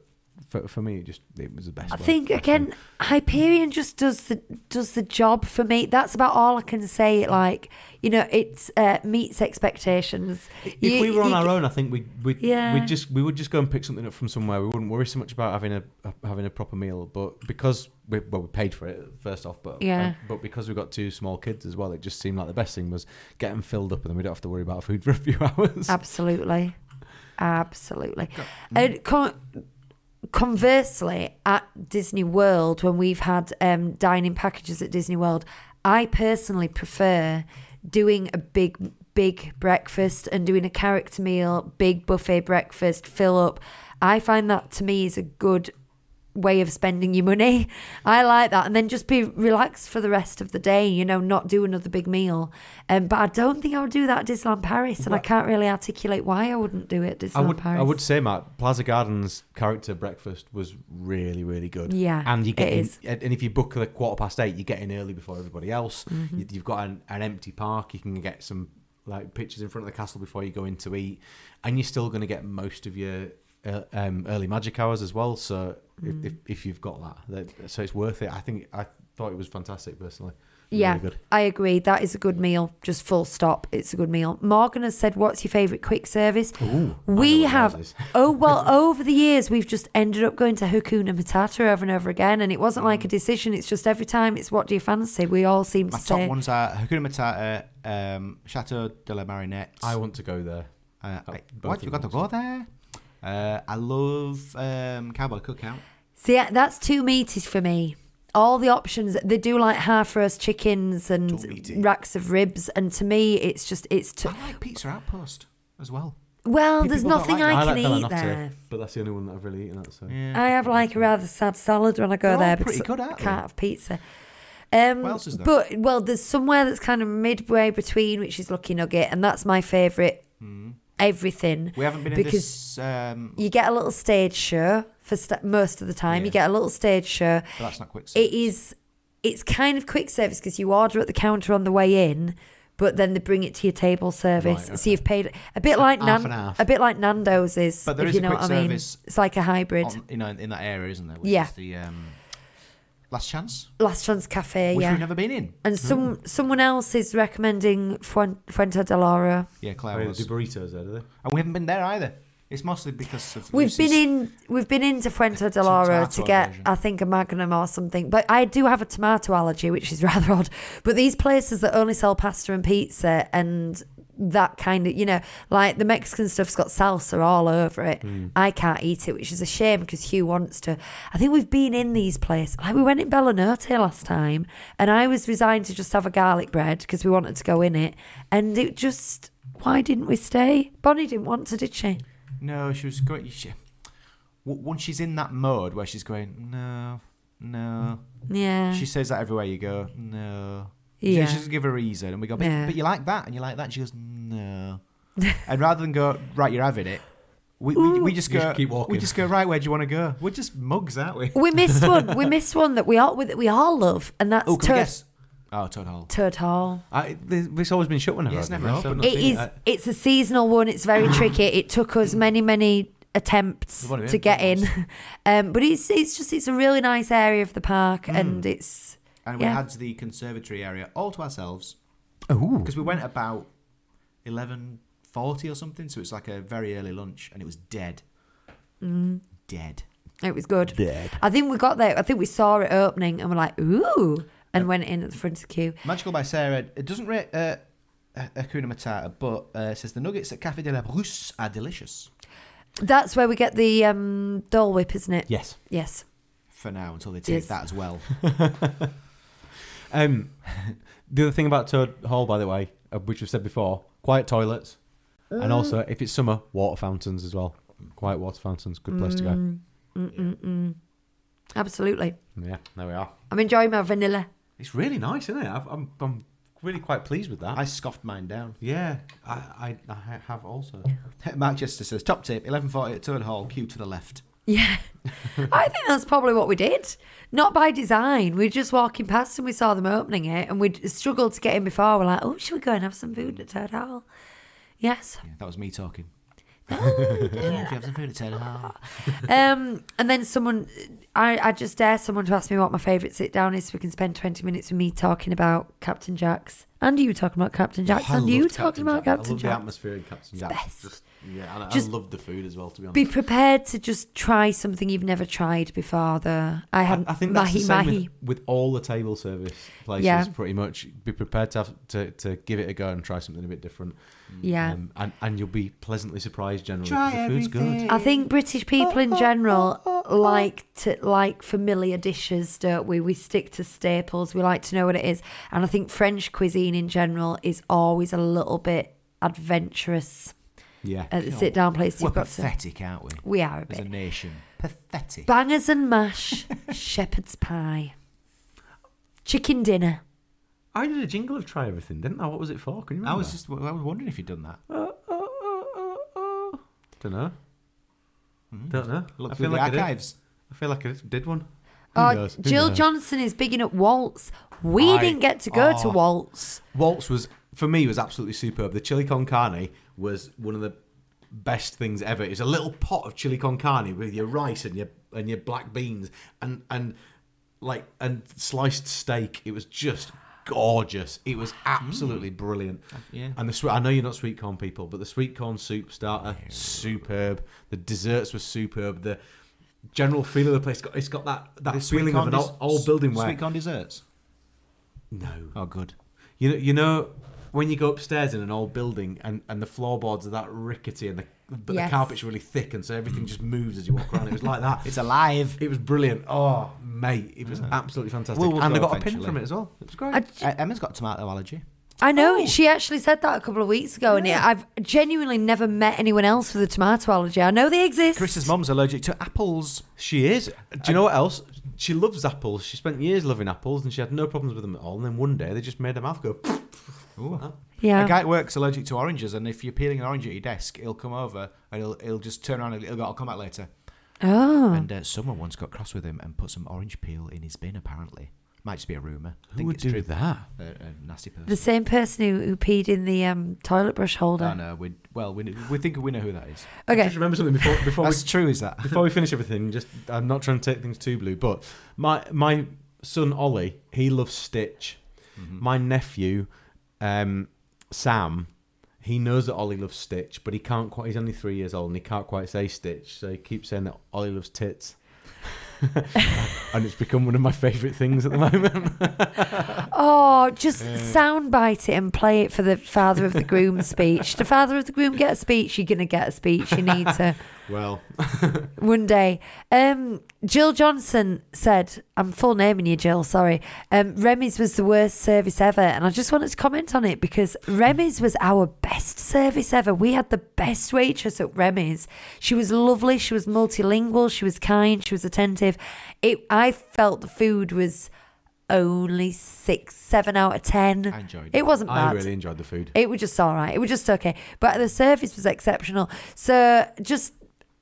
[SPEAKER 3] For, for me, it just it was the best.
[SPEAKER 2] I
[SPEAKER 3] way.
[SPEAKER 2] think again, Hyperion just does the does the job for me. That's about all I can say. Like you know, it's uh, meets expectations.
[SPEAKER 3] If
[SPEAKER 2] You-
[SPEAKER 3] we were on
[SPEAKER 2] you-
[SPEAKER 3] our own, I think we we
[SPEAKER 2] Yeah.
[SPEAKER 3] we just we would just go and pick something up from somewhere. We wouldn't worry so much about having a having a proper meal, but because we well we paid for it first off, but
[SPEAKER 2] Yeah.
[SPEAKER 3] but because we've got two small kids as well, it just seemed like the best thing was get them filled up and then we don't have to worry about food for a few <laughs> hours.
[SPEAKER 2] Absolutely. Absolutely. And con- conversely, at Disney World, when we've had um, dining packages at Disney World, I personally prefer doing a big, big breakfast and doing a character meal, big buffet breakfast, fill up. I find that to me is a good way of spending your money. <laughs> I like that. And then just be relaxed for the rest of the day, you know, not do another big meal. Um, but I don't think I would do that at Disneyland Paris. And I can't really articulate why I wouldn't do it at Disneyland
[SPEAKER 3] I would
[SPEAKER 2] Paris.
[SPEAKER 3] I would say Matt Plaza Gardens character breakfast was really really good.
[SPEAKER 2] Yeah,
[SPEAKER 3] and you get
[SPEAKER 2] it
[SPEAKER 3] in,
[SPEAKER 2] is.
[SPEAKER 3] and and if you book the quarter past eight, you get in early before everybody else.
[SPEAKER 2] Mm-hmm.
[SPEAKER 3] You, you've got an, an empty park. You can get some like pictures in front of the castle before you go in to eat, and you're still going to get most of your uh, um, early magic hours as well. So
[SPEAKER 2] Mm.
[SPEAKER 3] if, if, if you've got that, that, so it's worth it. I think I thought it was fantastic personally.
[SPEAKER 2] yeah,
[SPEAKER 3] really good.
[SPEAKER 2] I agree. That is a good meal. Just full stop. It's a good meal. Morgan has said, "What's your favourite quick service?" we
[SPEAKER 3] what
[SPEAKER 2] have.
[SPEAKER 3] hers is.
[SPEAKER 2] <laughs> oh
[SPEAKER 1] <laughs>
[SPEAKER 2] well, over the years we've just ended up going to Hakuna Matata over and over again, and it wasn't like a decision. It's just every time it's what do you fancy. We all seem
[SPEAKER 1] Mm. My
[SPEAKER 2] to
[SPEAKER 1] top
[SPEAKER 2] say
[SPEAKER 1] ones are Hakuna Matata, um, Chateau de la Marinette.
[SPEAKER 3] I want to go there.
[SPEAKER 1] Uh,
[SPEAKER 3] Oh,
[SPEAKER 1] I-
[SPEAKER 3] both
[SPEAKER 1] what
[SPEAKER 3] of
[SPEAKER 1] you got to
[SPEAKER 3] them.
[SPEAKER 1] go there? Uh, I love um, Cowboy Cookout.
[SPEAKER 2] See, yeah, that's two meaties for me. All the options they do like half roast chickens and
[SPEAKER 1] Two meaty.
[SPEAKER 2] racks of ribs, and to me, it's just it's too
[SPEAKER 1] I like Pizza Outpost as well.
[SPEAKER 2] well.
[SPEAKER 1] People
[SPEAKER 2] There's
[SPEAKER 1] don't
[SPEAKER 2] nothing
[SPEAKER 1] like
[SPEAKER 2] I,
[SPEAKER 1] that.
[SPEAKER 3] I
[SPEAKER 2] can
[SPEAKER 3] like Bella
[SPEAKER 2] eat
[SPEAKER 3] Notte,
[SPEAKER 2] there.
[SPEAKER 3] but that's the only one that I've really eaten at. So
[SPEAKER 2] I have like a rather sad salad when I go
[SPEAKER 1] They're all
[SPEAKER 2] there
[SPEAKER 1] pretty
[SPEAKER 2] because
[SPEAKER 1] good,
[SPEAKER 2] I
[SPEAKER 1] aren't they?
[SPEAKER 2] can't have pizza. Um,
[SPEAKER 1] What else is there?
[SPEAKER 2] But well, there's somewhere that's kind of midway between, which is Lucky Nugget, and that's my favourite.
[SPEAKER 1] Hmm.
[SPEAKER 2] Everything
[SPEAKER 1] We haven't been in
[SPEAKER 2] because
[SPEAKER 1] this. Um,
[SPEAKER 2] you get a little stage show for st- most of the time. You get a little stage show.
[SPEAKER 1] but that's not quick.
[SPEAKER 2] It is. It's kind of quick service because you order at the counter on the way in, but then they bring it to your table service. So you've paid a bit like
[SPEAKER 1] half
[SPEAKER 2] Nan-
[SPEAKER 1] and half.
[SPEAKER 2] a bit like Nando's is.
[SPEAKER 1] But there
[SPEAKER 2] if
[SPEAKER 1] is
[SPEAKER 2] you
[SPEAKER 1] a
[SPEAKER 2] know
[SPEAKER 1] quick
[SPEAKER 2] what I mean.
[SPEAKER 1] service
[SPEAKER 2] It's like a hybrid.
[SPEAKER 1] on, you know, in, in that area, isn't there? Which
[SPEAKER 2] Yeah.
[SPEAKER 1] Is the um, Last Chance,
[SPEAKER 2] Last Chance Cafe,
[SPEAKER 1] which
[SPEAKER 2] yeah.
[SPEAKER 1] we've never been in.
[SPEAKER 2] and some someone else is recommending Fuen- Fuente de Lara.
[SPEAKER 1] Yeah, Claire
[SPEAKER 3] They
[SPEAKER 1] was.
[SPEAKER 3] do burritos there, do they?
[SPEAKER 1] And we haven't been there either. It's mostly because of.
[SPEAKER 2] We've
[SPEAKER 1] Lucy's-
[SPEAKER 2] been in we've been into Fuente de Lara to
[SPEAKER 1] Tomato
[SPEAKER 2] get
[SPEAKER 1] version.
[SPEAKER 2] I think a Magnum or something. But I do have a <laughs> tomato allergy, which is rather odd. But these places that only sell pasta and pizza and that kind of, you know, like the Mexican stuff's got salsa all over it.
[SPEAKER 1] Hmm.
[SPEAKER 2] I can't eat it, which is a shame because Hugh wants to. I think we've been in these places. Like we went in Bella Norte last time, and I was resigned to just have a garlic bread because we wanted to go in it, and it just. Why didn't we stay? Bonnie didn't want to, did she?
[SPEAKER 1] No, she was going. She, w- once she's in that mode where she's going, no, no.
[SPEAKER 2] Yeah.
[SPEAKER 1] She says that everywhere you go, no. She,
[SPEAKER 2] yeah.
[SPEAKER 1] she doesn't give a reason, and we go, but,
[SPEAKER 2] Yeah.
[SPEAKER 1] but you like that, and you like that. And she goes,
[SPEAKER 2] <laughs>
[SPEAKER 1] no. and rather than go, right, you're having it. We, we, we just
[SPEAKER 3] You
[SPEAKER 1] go.
[SPEAKER 3] just keep walking.
[SPEAKER 1] We just go right. Where do you want to go? We're just mugs, aren't we?
[SPEAKER 2] we
[SPEAKER 1] <laughs>
[SPEAKER 2] missed one. We missed one that we all that we all love, and that's
[SPEAKER 1] Oh, can we
[SPEAKER 2] Tur-
[SPEAKER 1] guess? Oh, Toad Hall.
[SPEAKER 2] Turd Hall.
[SPEAKER 3] I, this, it's always been shut whenever.
[SPEAKER 1] Yeah, it's
[SPEAKER 3] I've been
[SPEAKER 1] never
[SPEAKER 3] there, so I've
[SPEAKER 1] opened.
[SPEAKER 3] not
[SPEAKER 2] It
[SPEAKER 3] seen
[SPEAKER 2] is.
[SPEAKER 3] I-
[SPEAKER 2] It's a seasonal one. It's
[SPEAKER 1] <clears throat>
[SPEAKER 2] very tricky. It took us many, many attempts
[SPEAKER 1] We've only been
[SPEAKER 2] to get
[SPEAKER 1] four
[SPEAKER 2] in, <laughs> um, but it's it's just it's a really nice area of the park,
[SPEAKER 1] Mm.
[SPEAKER 2] and it's
[SPEAKER 1] And we
[SPEAKER 2] Yeah.
[SPEAKER 1] had the conservatory area all to ourselves
[SPEAKER 3] Ooh.
[SPEAKER 1] because we went about eleven forty or something. So it's like a very early lunch, and it was dead.
[SPEAKER 2] Mm.
[SPEAKER 1] Dead.
[SPEAKER 2] it was good. I think we got there. I think we saw it opening, and we're like, ooh, and went in at the front of the queue.
[SPEAKER 1] Magical by Sarah. It doesn't rate uh, Hakuna Matata, but uh, it says the nuggets at Café de la Brousse are delicious.
[SPEAKER 2] That's where we get the um, doll whip, isn't it?
[SPEAKER 3] Yes.
[SPEAKER 2] Yes.
[SPEAKER 1] For now, until they take
[SPEAKER 2] Yes.
[SPEAKER 1] that
[SPEAKER 2] <laughs>
[SPEAKER 1] as well.
[SPEAKER 3] Um, <laughs> the other thing about Toad Hall, by the way, uh, which we've said before, quiet toilets, and also
[SPEAKER 2] Mm.
[SPEAKER 3] if it's summer, water fountains as well. Quiet water fountains, good place to go.
[SPEAKER 2] Mm. Absolutely.
[SPEAKER 3] Yeah, there we are.
[SPEAKER 2] I'm enjoying my vanilla.
[SPEAKER 3] It's really nice, isn't it? I've, I'm, I'm really quite pleased with that.
[SPEAKER 1] I scoffed mine down. <laughs>
[SPEAKER 3] yeah, I, I, I have also.
[SPEAKER 1] Mark Chester says top tip: eleven forty at Turn Hall, queue to the left.
[SPEAKER 2] Yeah. I think that's probably what we did. Not by design. We were just walking past and we saw them opening it and we'd struggled to get in before. We're like, oh, should we go and have some food at Turd Hall?
[SPEAKER 3] <laughs>
[SPEAKER 2] Yes.
[SPEAKER 1] Yeah, that was
[SPEAKER 2] <laughs>
[SPEAKER 1] me talking.
[SPEAKER 2] Oh, Ah, um, and then someone, I, I just dare someone to ask me what my favourite sit down is so we can spend 20 minutes with me talking about Captain Jack's. And you talking about Captain Jack's. and you talking about
[SPEAKER 3] I
[SPEAKER 2] Captain
[SPEAKER 3] love the
[SPEAKER 2] Jack's.
[SPEAKER 3] atmosphere in Captain Jack.
[SPEAKER 2] best.
[SPEAKER 3] Just, yeah, and I,
[SPEAKER 2] Just-
[SPEAKER 3] I love the food as well. To be honest,
[SPEAKER 2] Be prepared to just try something you've never tried before, though. I
[SPEAKER 3] I,
[SPEAKER 2] had
[SPEAKER 3] I think that's
[SPEAKER 2] Um, mahi
[SPEAKER 3] the same
[SPEAKER 2] mahi.
[SPEAKER 3] with, with all the table service places.
[SPEAKER 2] Yeah.
[SPEAKER 3] Pretty much, be prepared to, have, to to give it a go and try something a bit different.
[SPEAKER 2] yeah.
[SPEAKER 3] Um, and and you'll be pleasantly surprised generally.
[SPEAKER 1] Try
[SPEAKER 3] 'cause the food's good.
[SPEAKER 2] I think British people in general like to like familiar dishes, don't we? We stick to staples. We like to know what it is, and I think French cuisine in general is always a little bit adventurous
[SPEAKER 3] Yeah.
[SPEAKER 2] at the sit-down places.
[SPEAKER 1] We're
[SPEAKER 2] You've got to,
[SPEAKER 1] pathetic, aren't we?
[SPEAKER 2] we are a
[SPEAKER 1] As a
[SPEAKER 2] bit
[SPEAKER 1] nation, pathetic.
[SPEAKER 2] bangers and
[SPEAKER 3] <laughs>
[SPEAKER 2] mash, shepherd's pie, chicken dinner.
[SPEAKER 3] I did a jingle of try everything, didn't I? What was it for? Can you Uh,
[SPEAKER 1] I
[SPEAKER 3] remember?
[SPEAKER 1] was just, I was wondering if you'd done that.
[SPEAKER 3] uh, Don't know. Don't know.
[SPEAKER 1] Look
[SPEAKER 3] I
[SPEAKER 1] Hmm. through
[SPEAKER 3] feel
[SPEAKER 1] the
[SPEAKER 3] like I did.
[SPEAKER 1] archives.
[SPEAKER 3] I feel like I did one.
[SPEAKER 2] Oh,
[SPEAKER 3] knows? Who
[SPEAKER 2] Jill
[SPEAKER 3] knows?
[SPEAKER 2] Johnson is bigging up waltz. We
[SPEAKER 3] I-
[SPEAKER 2] didn't get to go to
[SPEAKER 3] oh.
[SPEAKER 2] waltz.
[SPEAKER 3] Waltz was for me was absolutely superb. The chili con carne was one of the best things ever. It's a little pot of chili con carne with your rice and your and your black beans and and like and sliced steak. It was just gorgeous. It was absolutely brilliant.
[SPEAKER 1] Hmm. Uh, yeah.
[SPEAKER 3] And the sweet I know you're not sweet corn people, but the sweet corn soup starter superb. The desserts were superb. The general feel of the place got it's got that that
[SPEAKER 1] The
[SPEAKER 3] feeling of
[SPEAKER 1] corn
[SPEAKER 3] an
[SPEAKER 1] des-
[SPEAKER 3] old, old building where
[SPEAKER 1] Sweet corn desserts.
[SPEAKER 3] no
[SPEAKER 1] Oh, good.
[SPEAKER 3] you know, you know, when you go upstairs in an old building and, and the floorboards are that rickety and the but
[SPEAKER 2] Yes.
[SPEAKER 3] the carpet's really thick and so everything just moves as you walk around. It was like that.
[SPEAKER 1] <laughs> It's alive.
[SPEAKER 3] it was brilliant. Oh, mate, it was absolutely fantastic.
[SPEAKER 1] Well, we'll
[SPEAKER 3] and I
[SPEAKER 1] go
[SPEAKER 3] got a pin
[SPEAKER 1] eventually.
[SPEAKER 3] from it as well. It was great.
[SPEAKER 2] I-
[SPEAKER 1] Uh, Emma's got tomato allergy.
[SPEAKER 2] I
[SPEAKER 1] Oh.
[SPEAKER 2] know she actually said that a couple of weeks ago, and I've genuinely never met anyone else with a tomato allergy. I know they exist.
[SPEAKER 1] Chris's mum's allergic to apples.
[SPEAKER 3] she is. Do you know what else? She loves apples. She spent years loving apples and she had no problems with them at all. And then one day they just made her mouth go.
[SPEAKER 1] A
[SPEAKER 2] yeah,
[SPEAKER 1] guy at work's allergic to oranges, and if you're peeling an orange at your desk, he'll come over and he'll, he'll just turn around and he'll go, I'll come back later.
[SPEAKER 2] Oh.
[SPEAKER 1] And uh, someone once got cross with him and put some orange peel in his bin, apparently. Might just be a rumour. I think it's true.
[SPEAKER 3] that?
[SPEAKER 1] A, a nasty person.
[SPEAKER 2] the same person who, who peed in the um, toilet brush
[SPEAKER 1] I
[SPEAKER 2] holder.
[SPEAKER 1] know. We, well, we, we think we know who that is.
[SPEAKER 3] I
[SPEAKER 2] Okay,
[SPEAKER 3] just remember something before, before we
[SPEAKER 1] That's true, is that?
[SPEAKER 3] Before we finish everything, just I'm not trying to take things too blue, but my my son Ollie, he loves Stitch. My nephew, um, Sam, he knows that Ollie loves Stitch, but he <laughs> can't quite. He's only three years old and he can't quite say Stitch, so he keeps saying that Ollie loves tits. and it's become one of my favourite things at the moment.
[SPEAKER 2] Oh, just soundbite it and play it for the father of the groom speech. The father of the groom get a speech. You're gonna get a speech. You need to
[SPEAKER 3] Well,
[SPEAKER 2] one day. Um, Jill Johnson said, "I'm full naming you, Jill. Sorry. Um, Remy's was the worst service ever, and I just wanted to comment on it because Remy's was our best service ever. We had the best waitress at Remy's. She was lovely. She was multilingual. She was kind. She was attentive. It. I felt the food was." Only six, seven out of ten.
[SPEAKER 3] I enjoyed it.
[SPEAKER 2] It wasn't bad.
[SPEAKER 3] I really enjoyed the food.
[SPEAKER 2] It was just all right. It was just okay. But the service was exceptional. So just,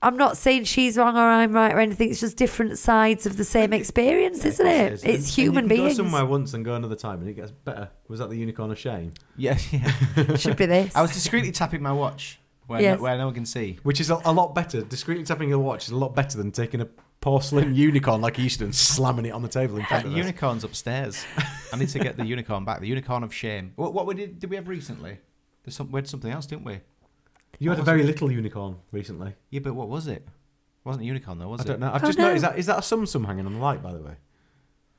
[SPEAKER 2] I'm not saying she's wrong or I'm right or anything. It's just different sides of the same experience, isn't it?
[SPEAKER 3] Yes,
[SPEAKER 2] It's
[SPEAKER 3] and- and
[SPEAKER 2] human
[SPEAKER 3] you can
[SPEAKER 2] beings.
[SPEAKER 3] Go somewhere once and go another time, and it gets better. Was that the unicorn of shame?
[SPEAKER 1] <laughs> Yeah, yeah.
[SPEAKER 2] Should be this.
[SPEAKER 1] I was discreetly tapping my watch where,
[SPEAKER 2] Yes.
[SPEAKER 1] no, where no one can see.
[SPEAKER 3] Which is a, a lot better. Discreetly tapping your watch is a lot better than taking a porcelain <laughs> unicorn like you used to and slamming it on the table in front
[SPEAKER 1] That
[SPEAKER 3] of us.
[SPEAKER 1] unicorn's upstairs. I need to get the unicorn back. The unicorn of shame. What, what we did, did we have recently? There's some, we had something else, didn't we?
[SPEAKER 3] You had a very little unicorn recently.
[SPEAKER 1] Yeah, but what was it? Wasn't a unicorn though, was
[SPEAKER 3] I
[SPEAKER 1] it?
[SPEAKER 3] don't know. I've
[SPEAKER 2] Oh,
[SPEAKER 3] just
[SPEAKER 2] no.
[SPEAKER 3] noticed that is that a sum sum hanging on the light, by the way.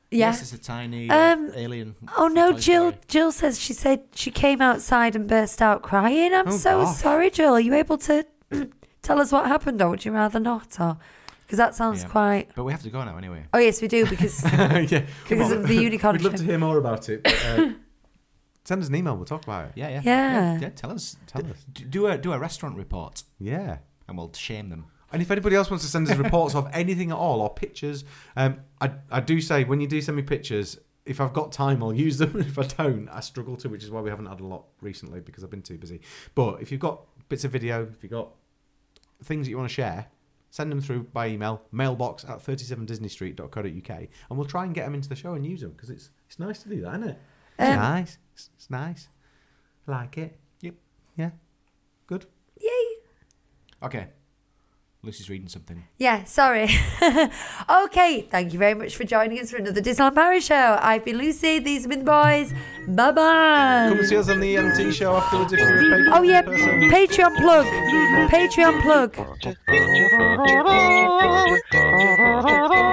[SPEAKER 2] yeah.
[SPEAKER 1] Yes, it's a tiny
[SPEAKER 2] Um,
[SPEAKER 1] uh, alien.
[SPEAKER 2] Oh no,
[SPEAKER 1] Toy
[SPEAKER 2] Jill!
[SPEAKER 1] Story.
[SPEAKER 2] Jill says she said she came outside and burst out crying. I'm
[SPEAKER 3] Oh,
[SPEAKER 2] so
[SPEAKER 3] gosh.
[SPEAKER 2] sorry, Jill. Are you able to <clears throat> tell us what happened, or would you rather not? Or because that sounds
[SPEAKER 1] Yeah.
[SPEAKER 2] quite.
[SPEAKER 1] But we have to go now anyway.
[SPEAKER 2] Oh yes, we do
[SPEAKER 3] <laughs> <laughs>
[SPEAKER 2] because
[SPEAKER 3] yeah,
[SPEAKER 2] because of the unicorn.
[SPEAKER 3] We'd love to hear more about it. But,
[SPEAKER 2] <laughs>
[SPEAKER 3] uh, send us an email. We'll talk about it.
[SPEAKER 1] Yeah, yeah.
[SPEAKER 2] Yeah.
[SPEAKER 1] yeah tell us.
[SPEAKER 3] Tell
[SPEAKER 1] D-
[SPEAKER 3] us.
[SPEAKER 1] d- Do a do a restaurant report,
[SPEAKER 3] Yeah.
[SPEAKER 1] and we'll shame them.
[SPEAKER 3] And if anybody else wants to send us reports of anything at all or pictures, um, I, I do say when you do send me pictures, if I've got time, I'll use them. <laughs> If I don't, I struggle to, which is why we haven't had a lot recently because I've been too busy. But if you've got bits of video, if you've got things that you want to share, send them through by email, mailbox at 37disneystreet.co.uk, and we'll try and get them into the show and use them because it's, it's nice to do that, isn't it? It's
[SPEAKER 2] Um,
[SPEAKER 3] nice. It's, it's nice. Like it.
[SPEAKER 1] Yep.
[SPEAKER 3] Yeah. Good.
[SPEAKER 1] Okay. Lucy's reading something.
[SPEAKER 2] Yeah, sorry. <laughs> okay, thank you very much for joining us for another Disneyland Paris show. I've been Lucy, these have been the boys. Bye
[SPEAKER 3] Come
[SPEAKER 2] bye.
[SPEAKER 3] and see us on the MT show afterwards if you're a patron.
[SPEAKER 2] Oh, yeah,
[SPEAKER 3] person.
[SPEAKER 2] Patreon plug. Patreon plug.
[SPEAKER 5] Thank you.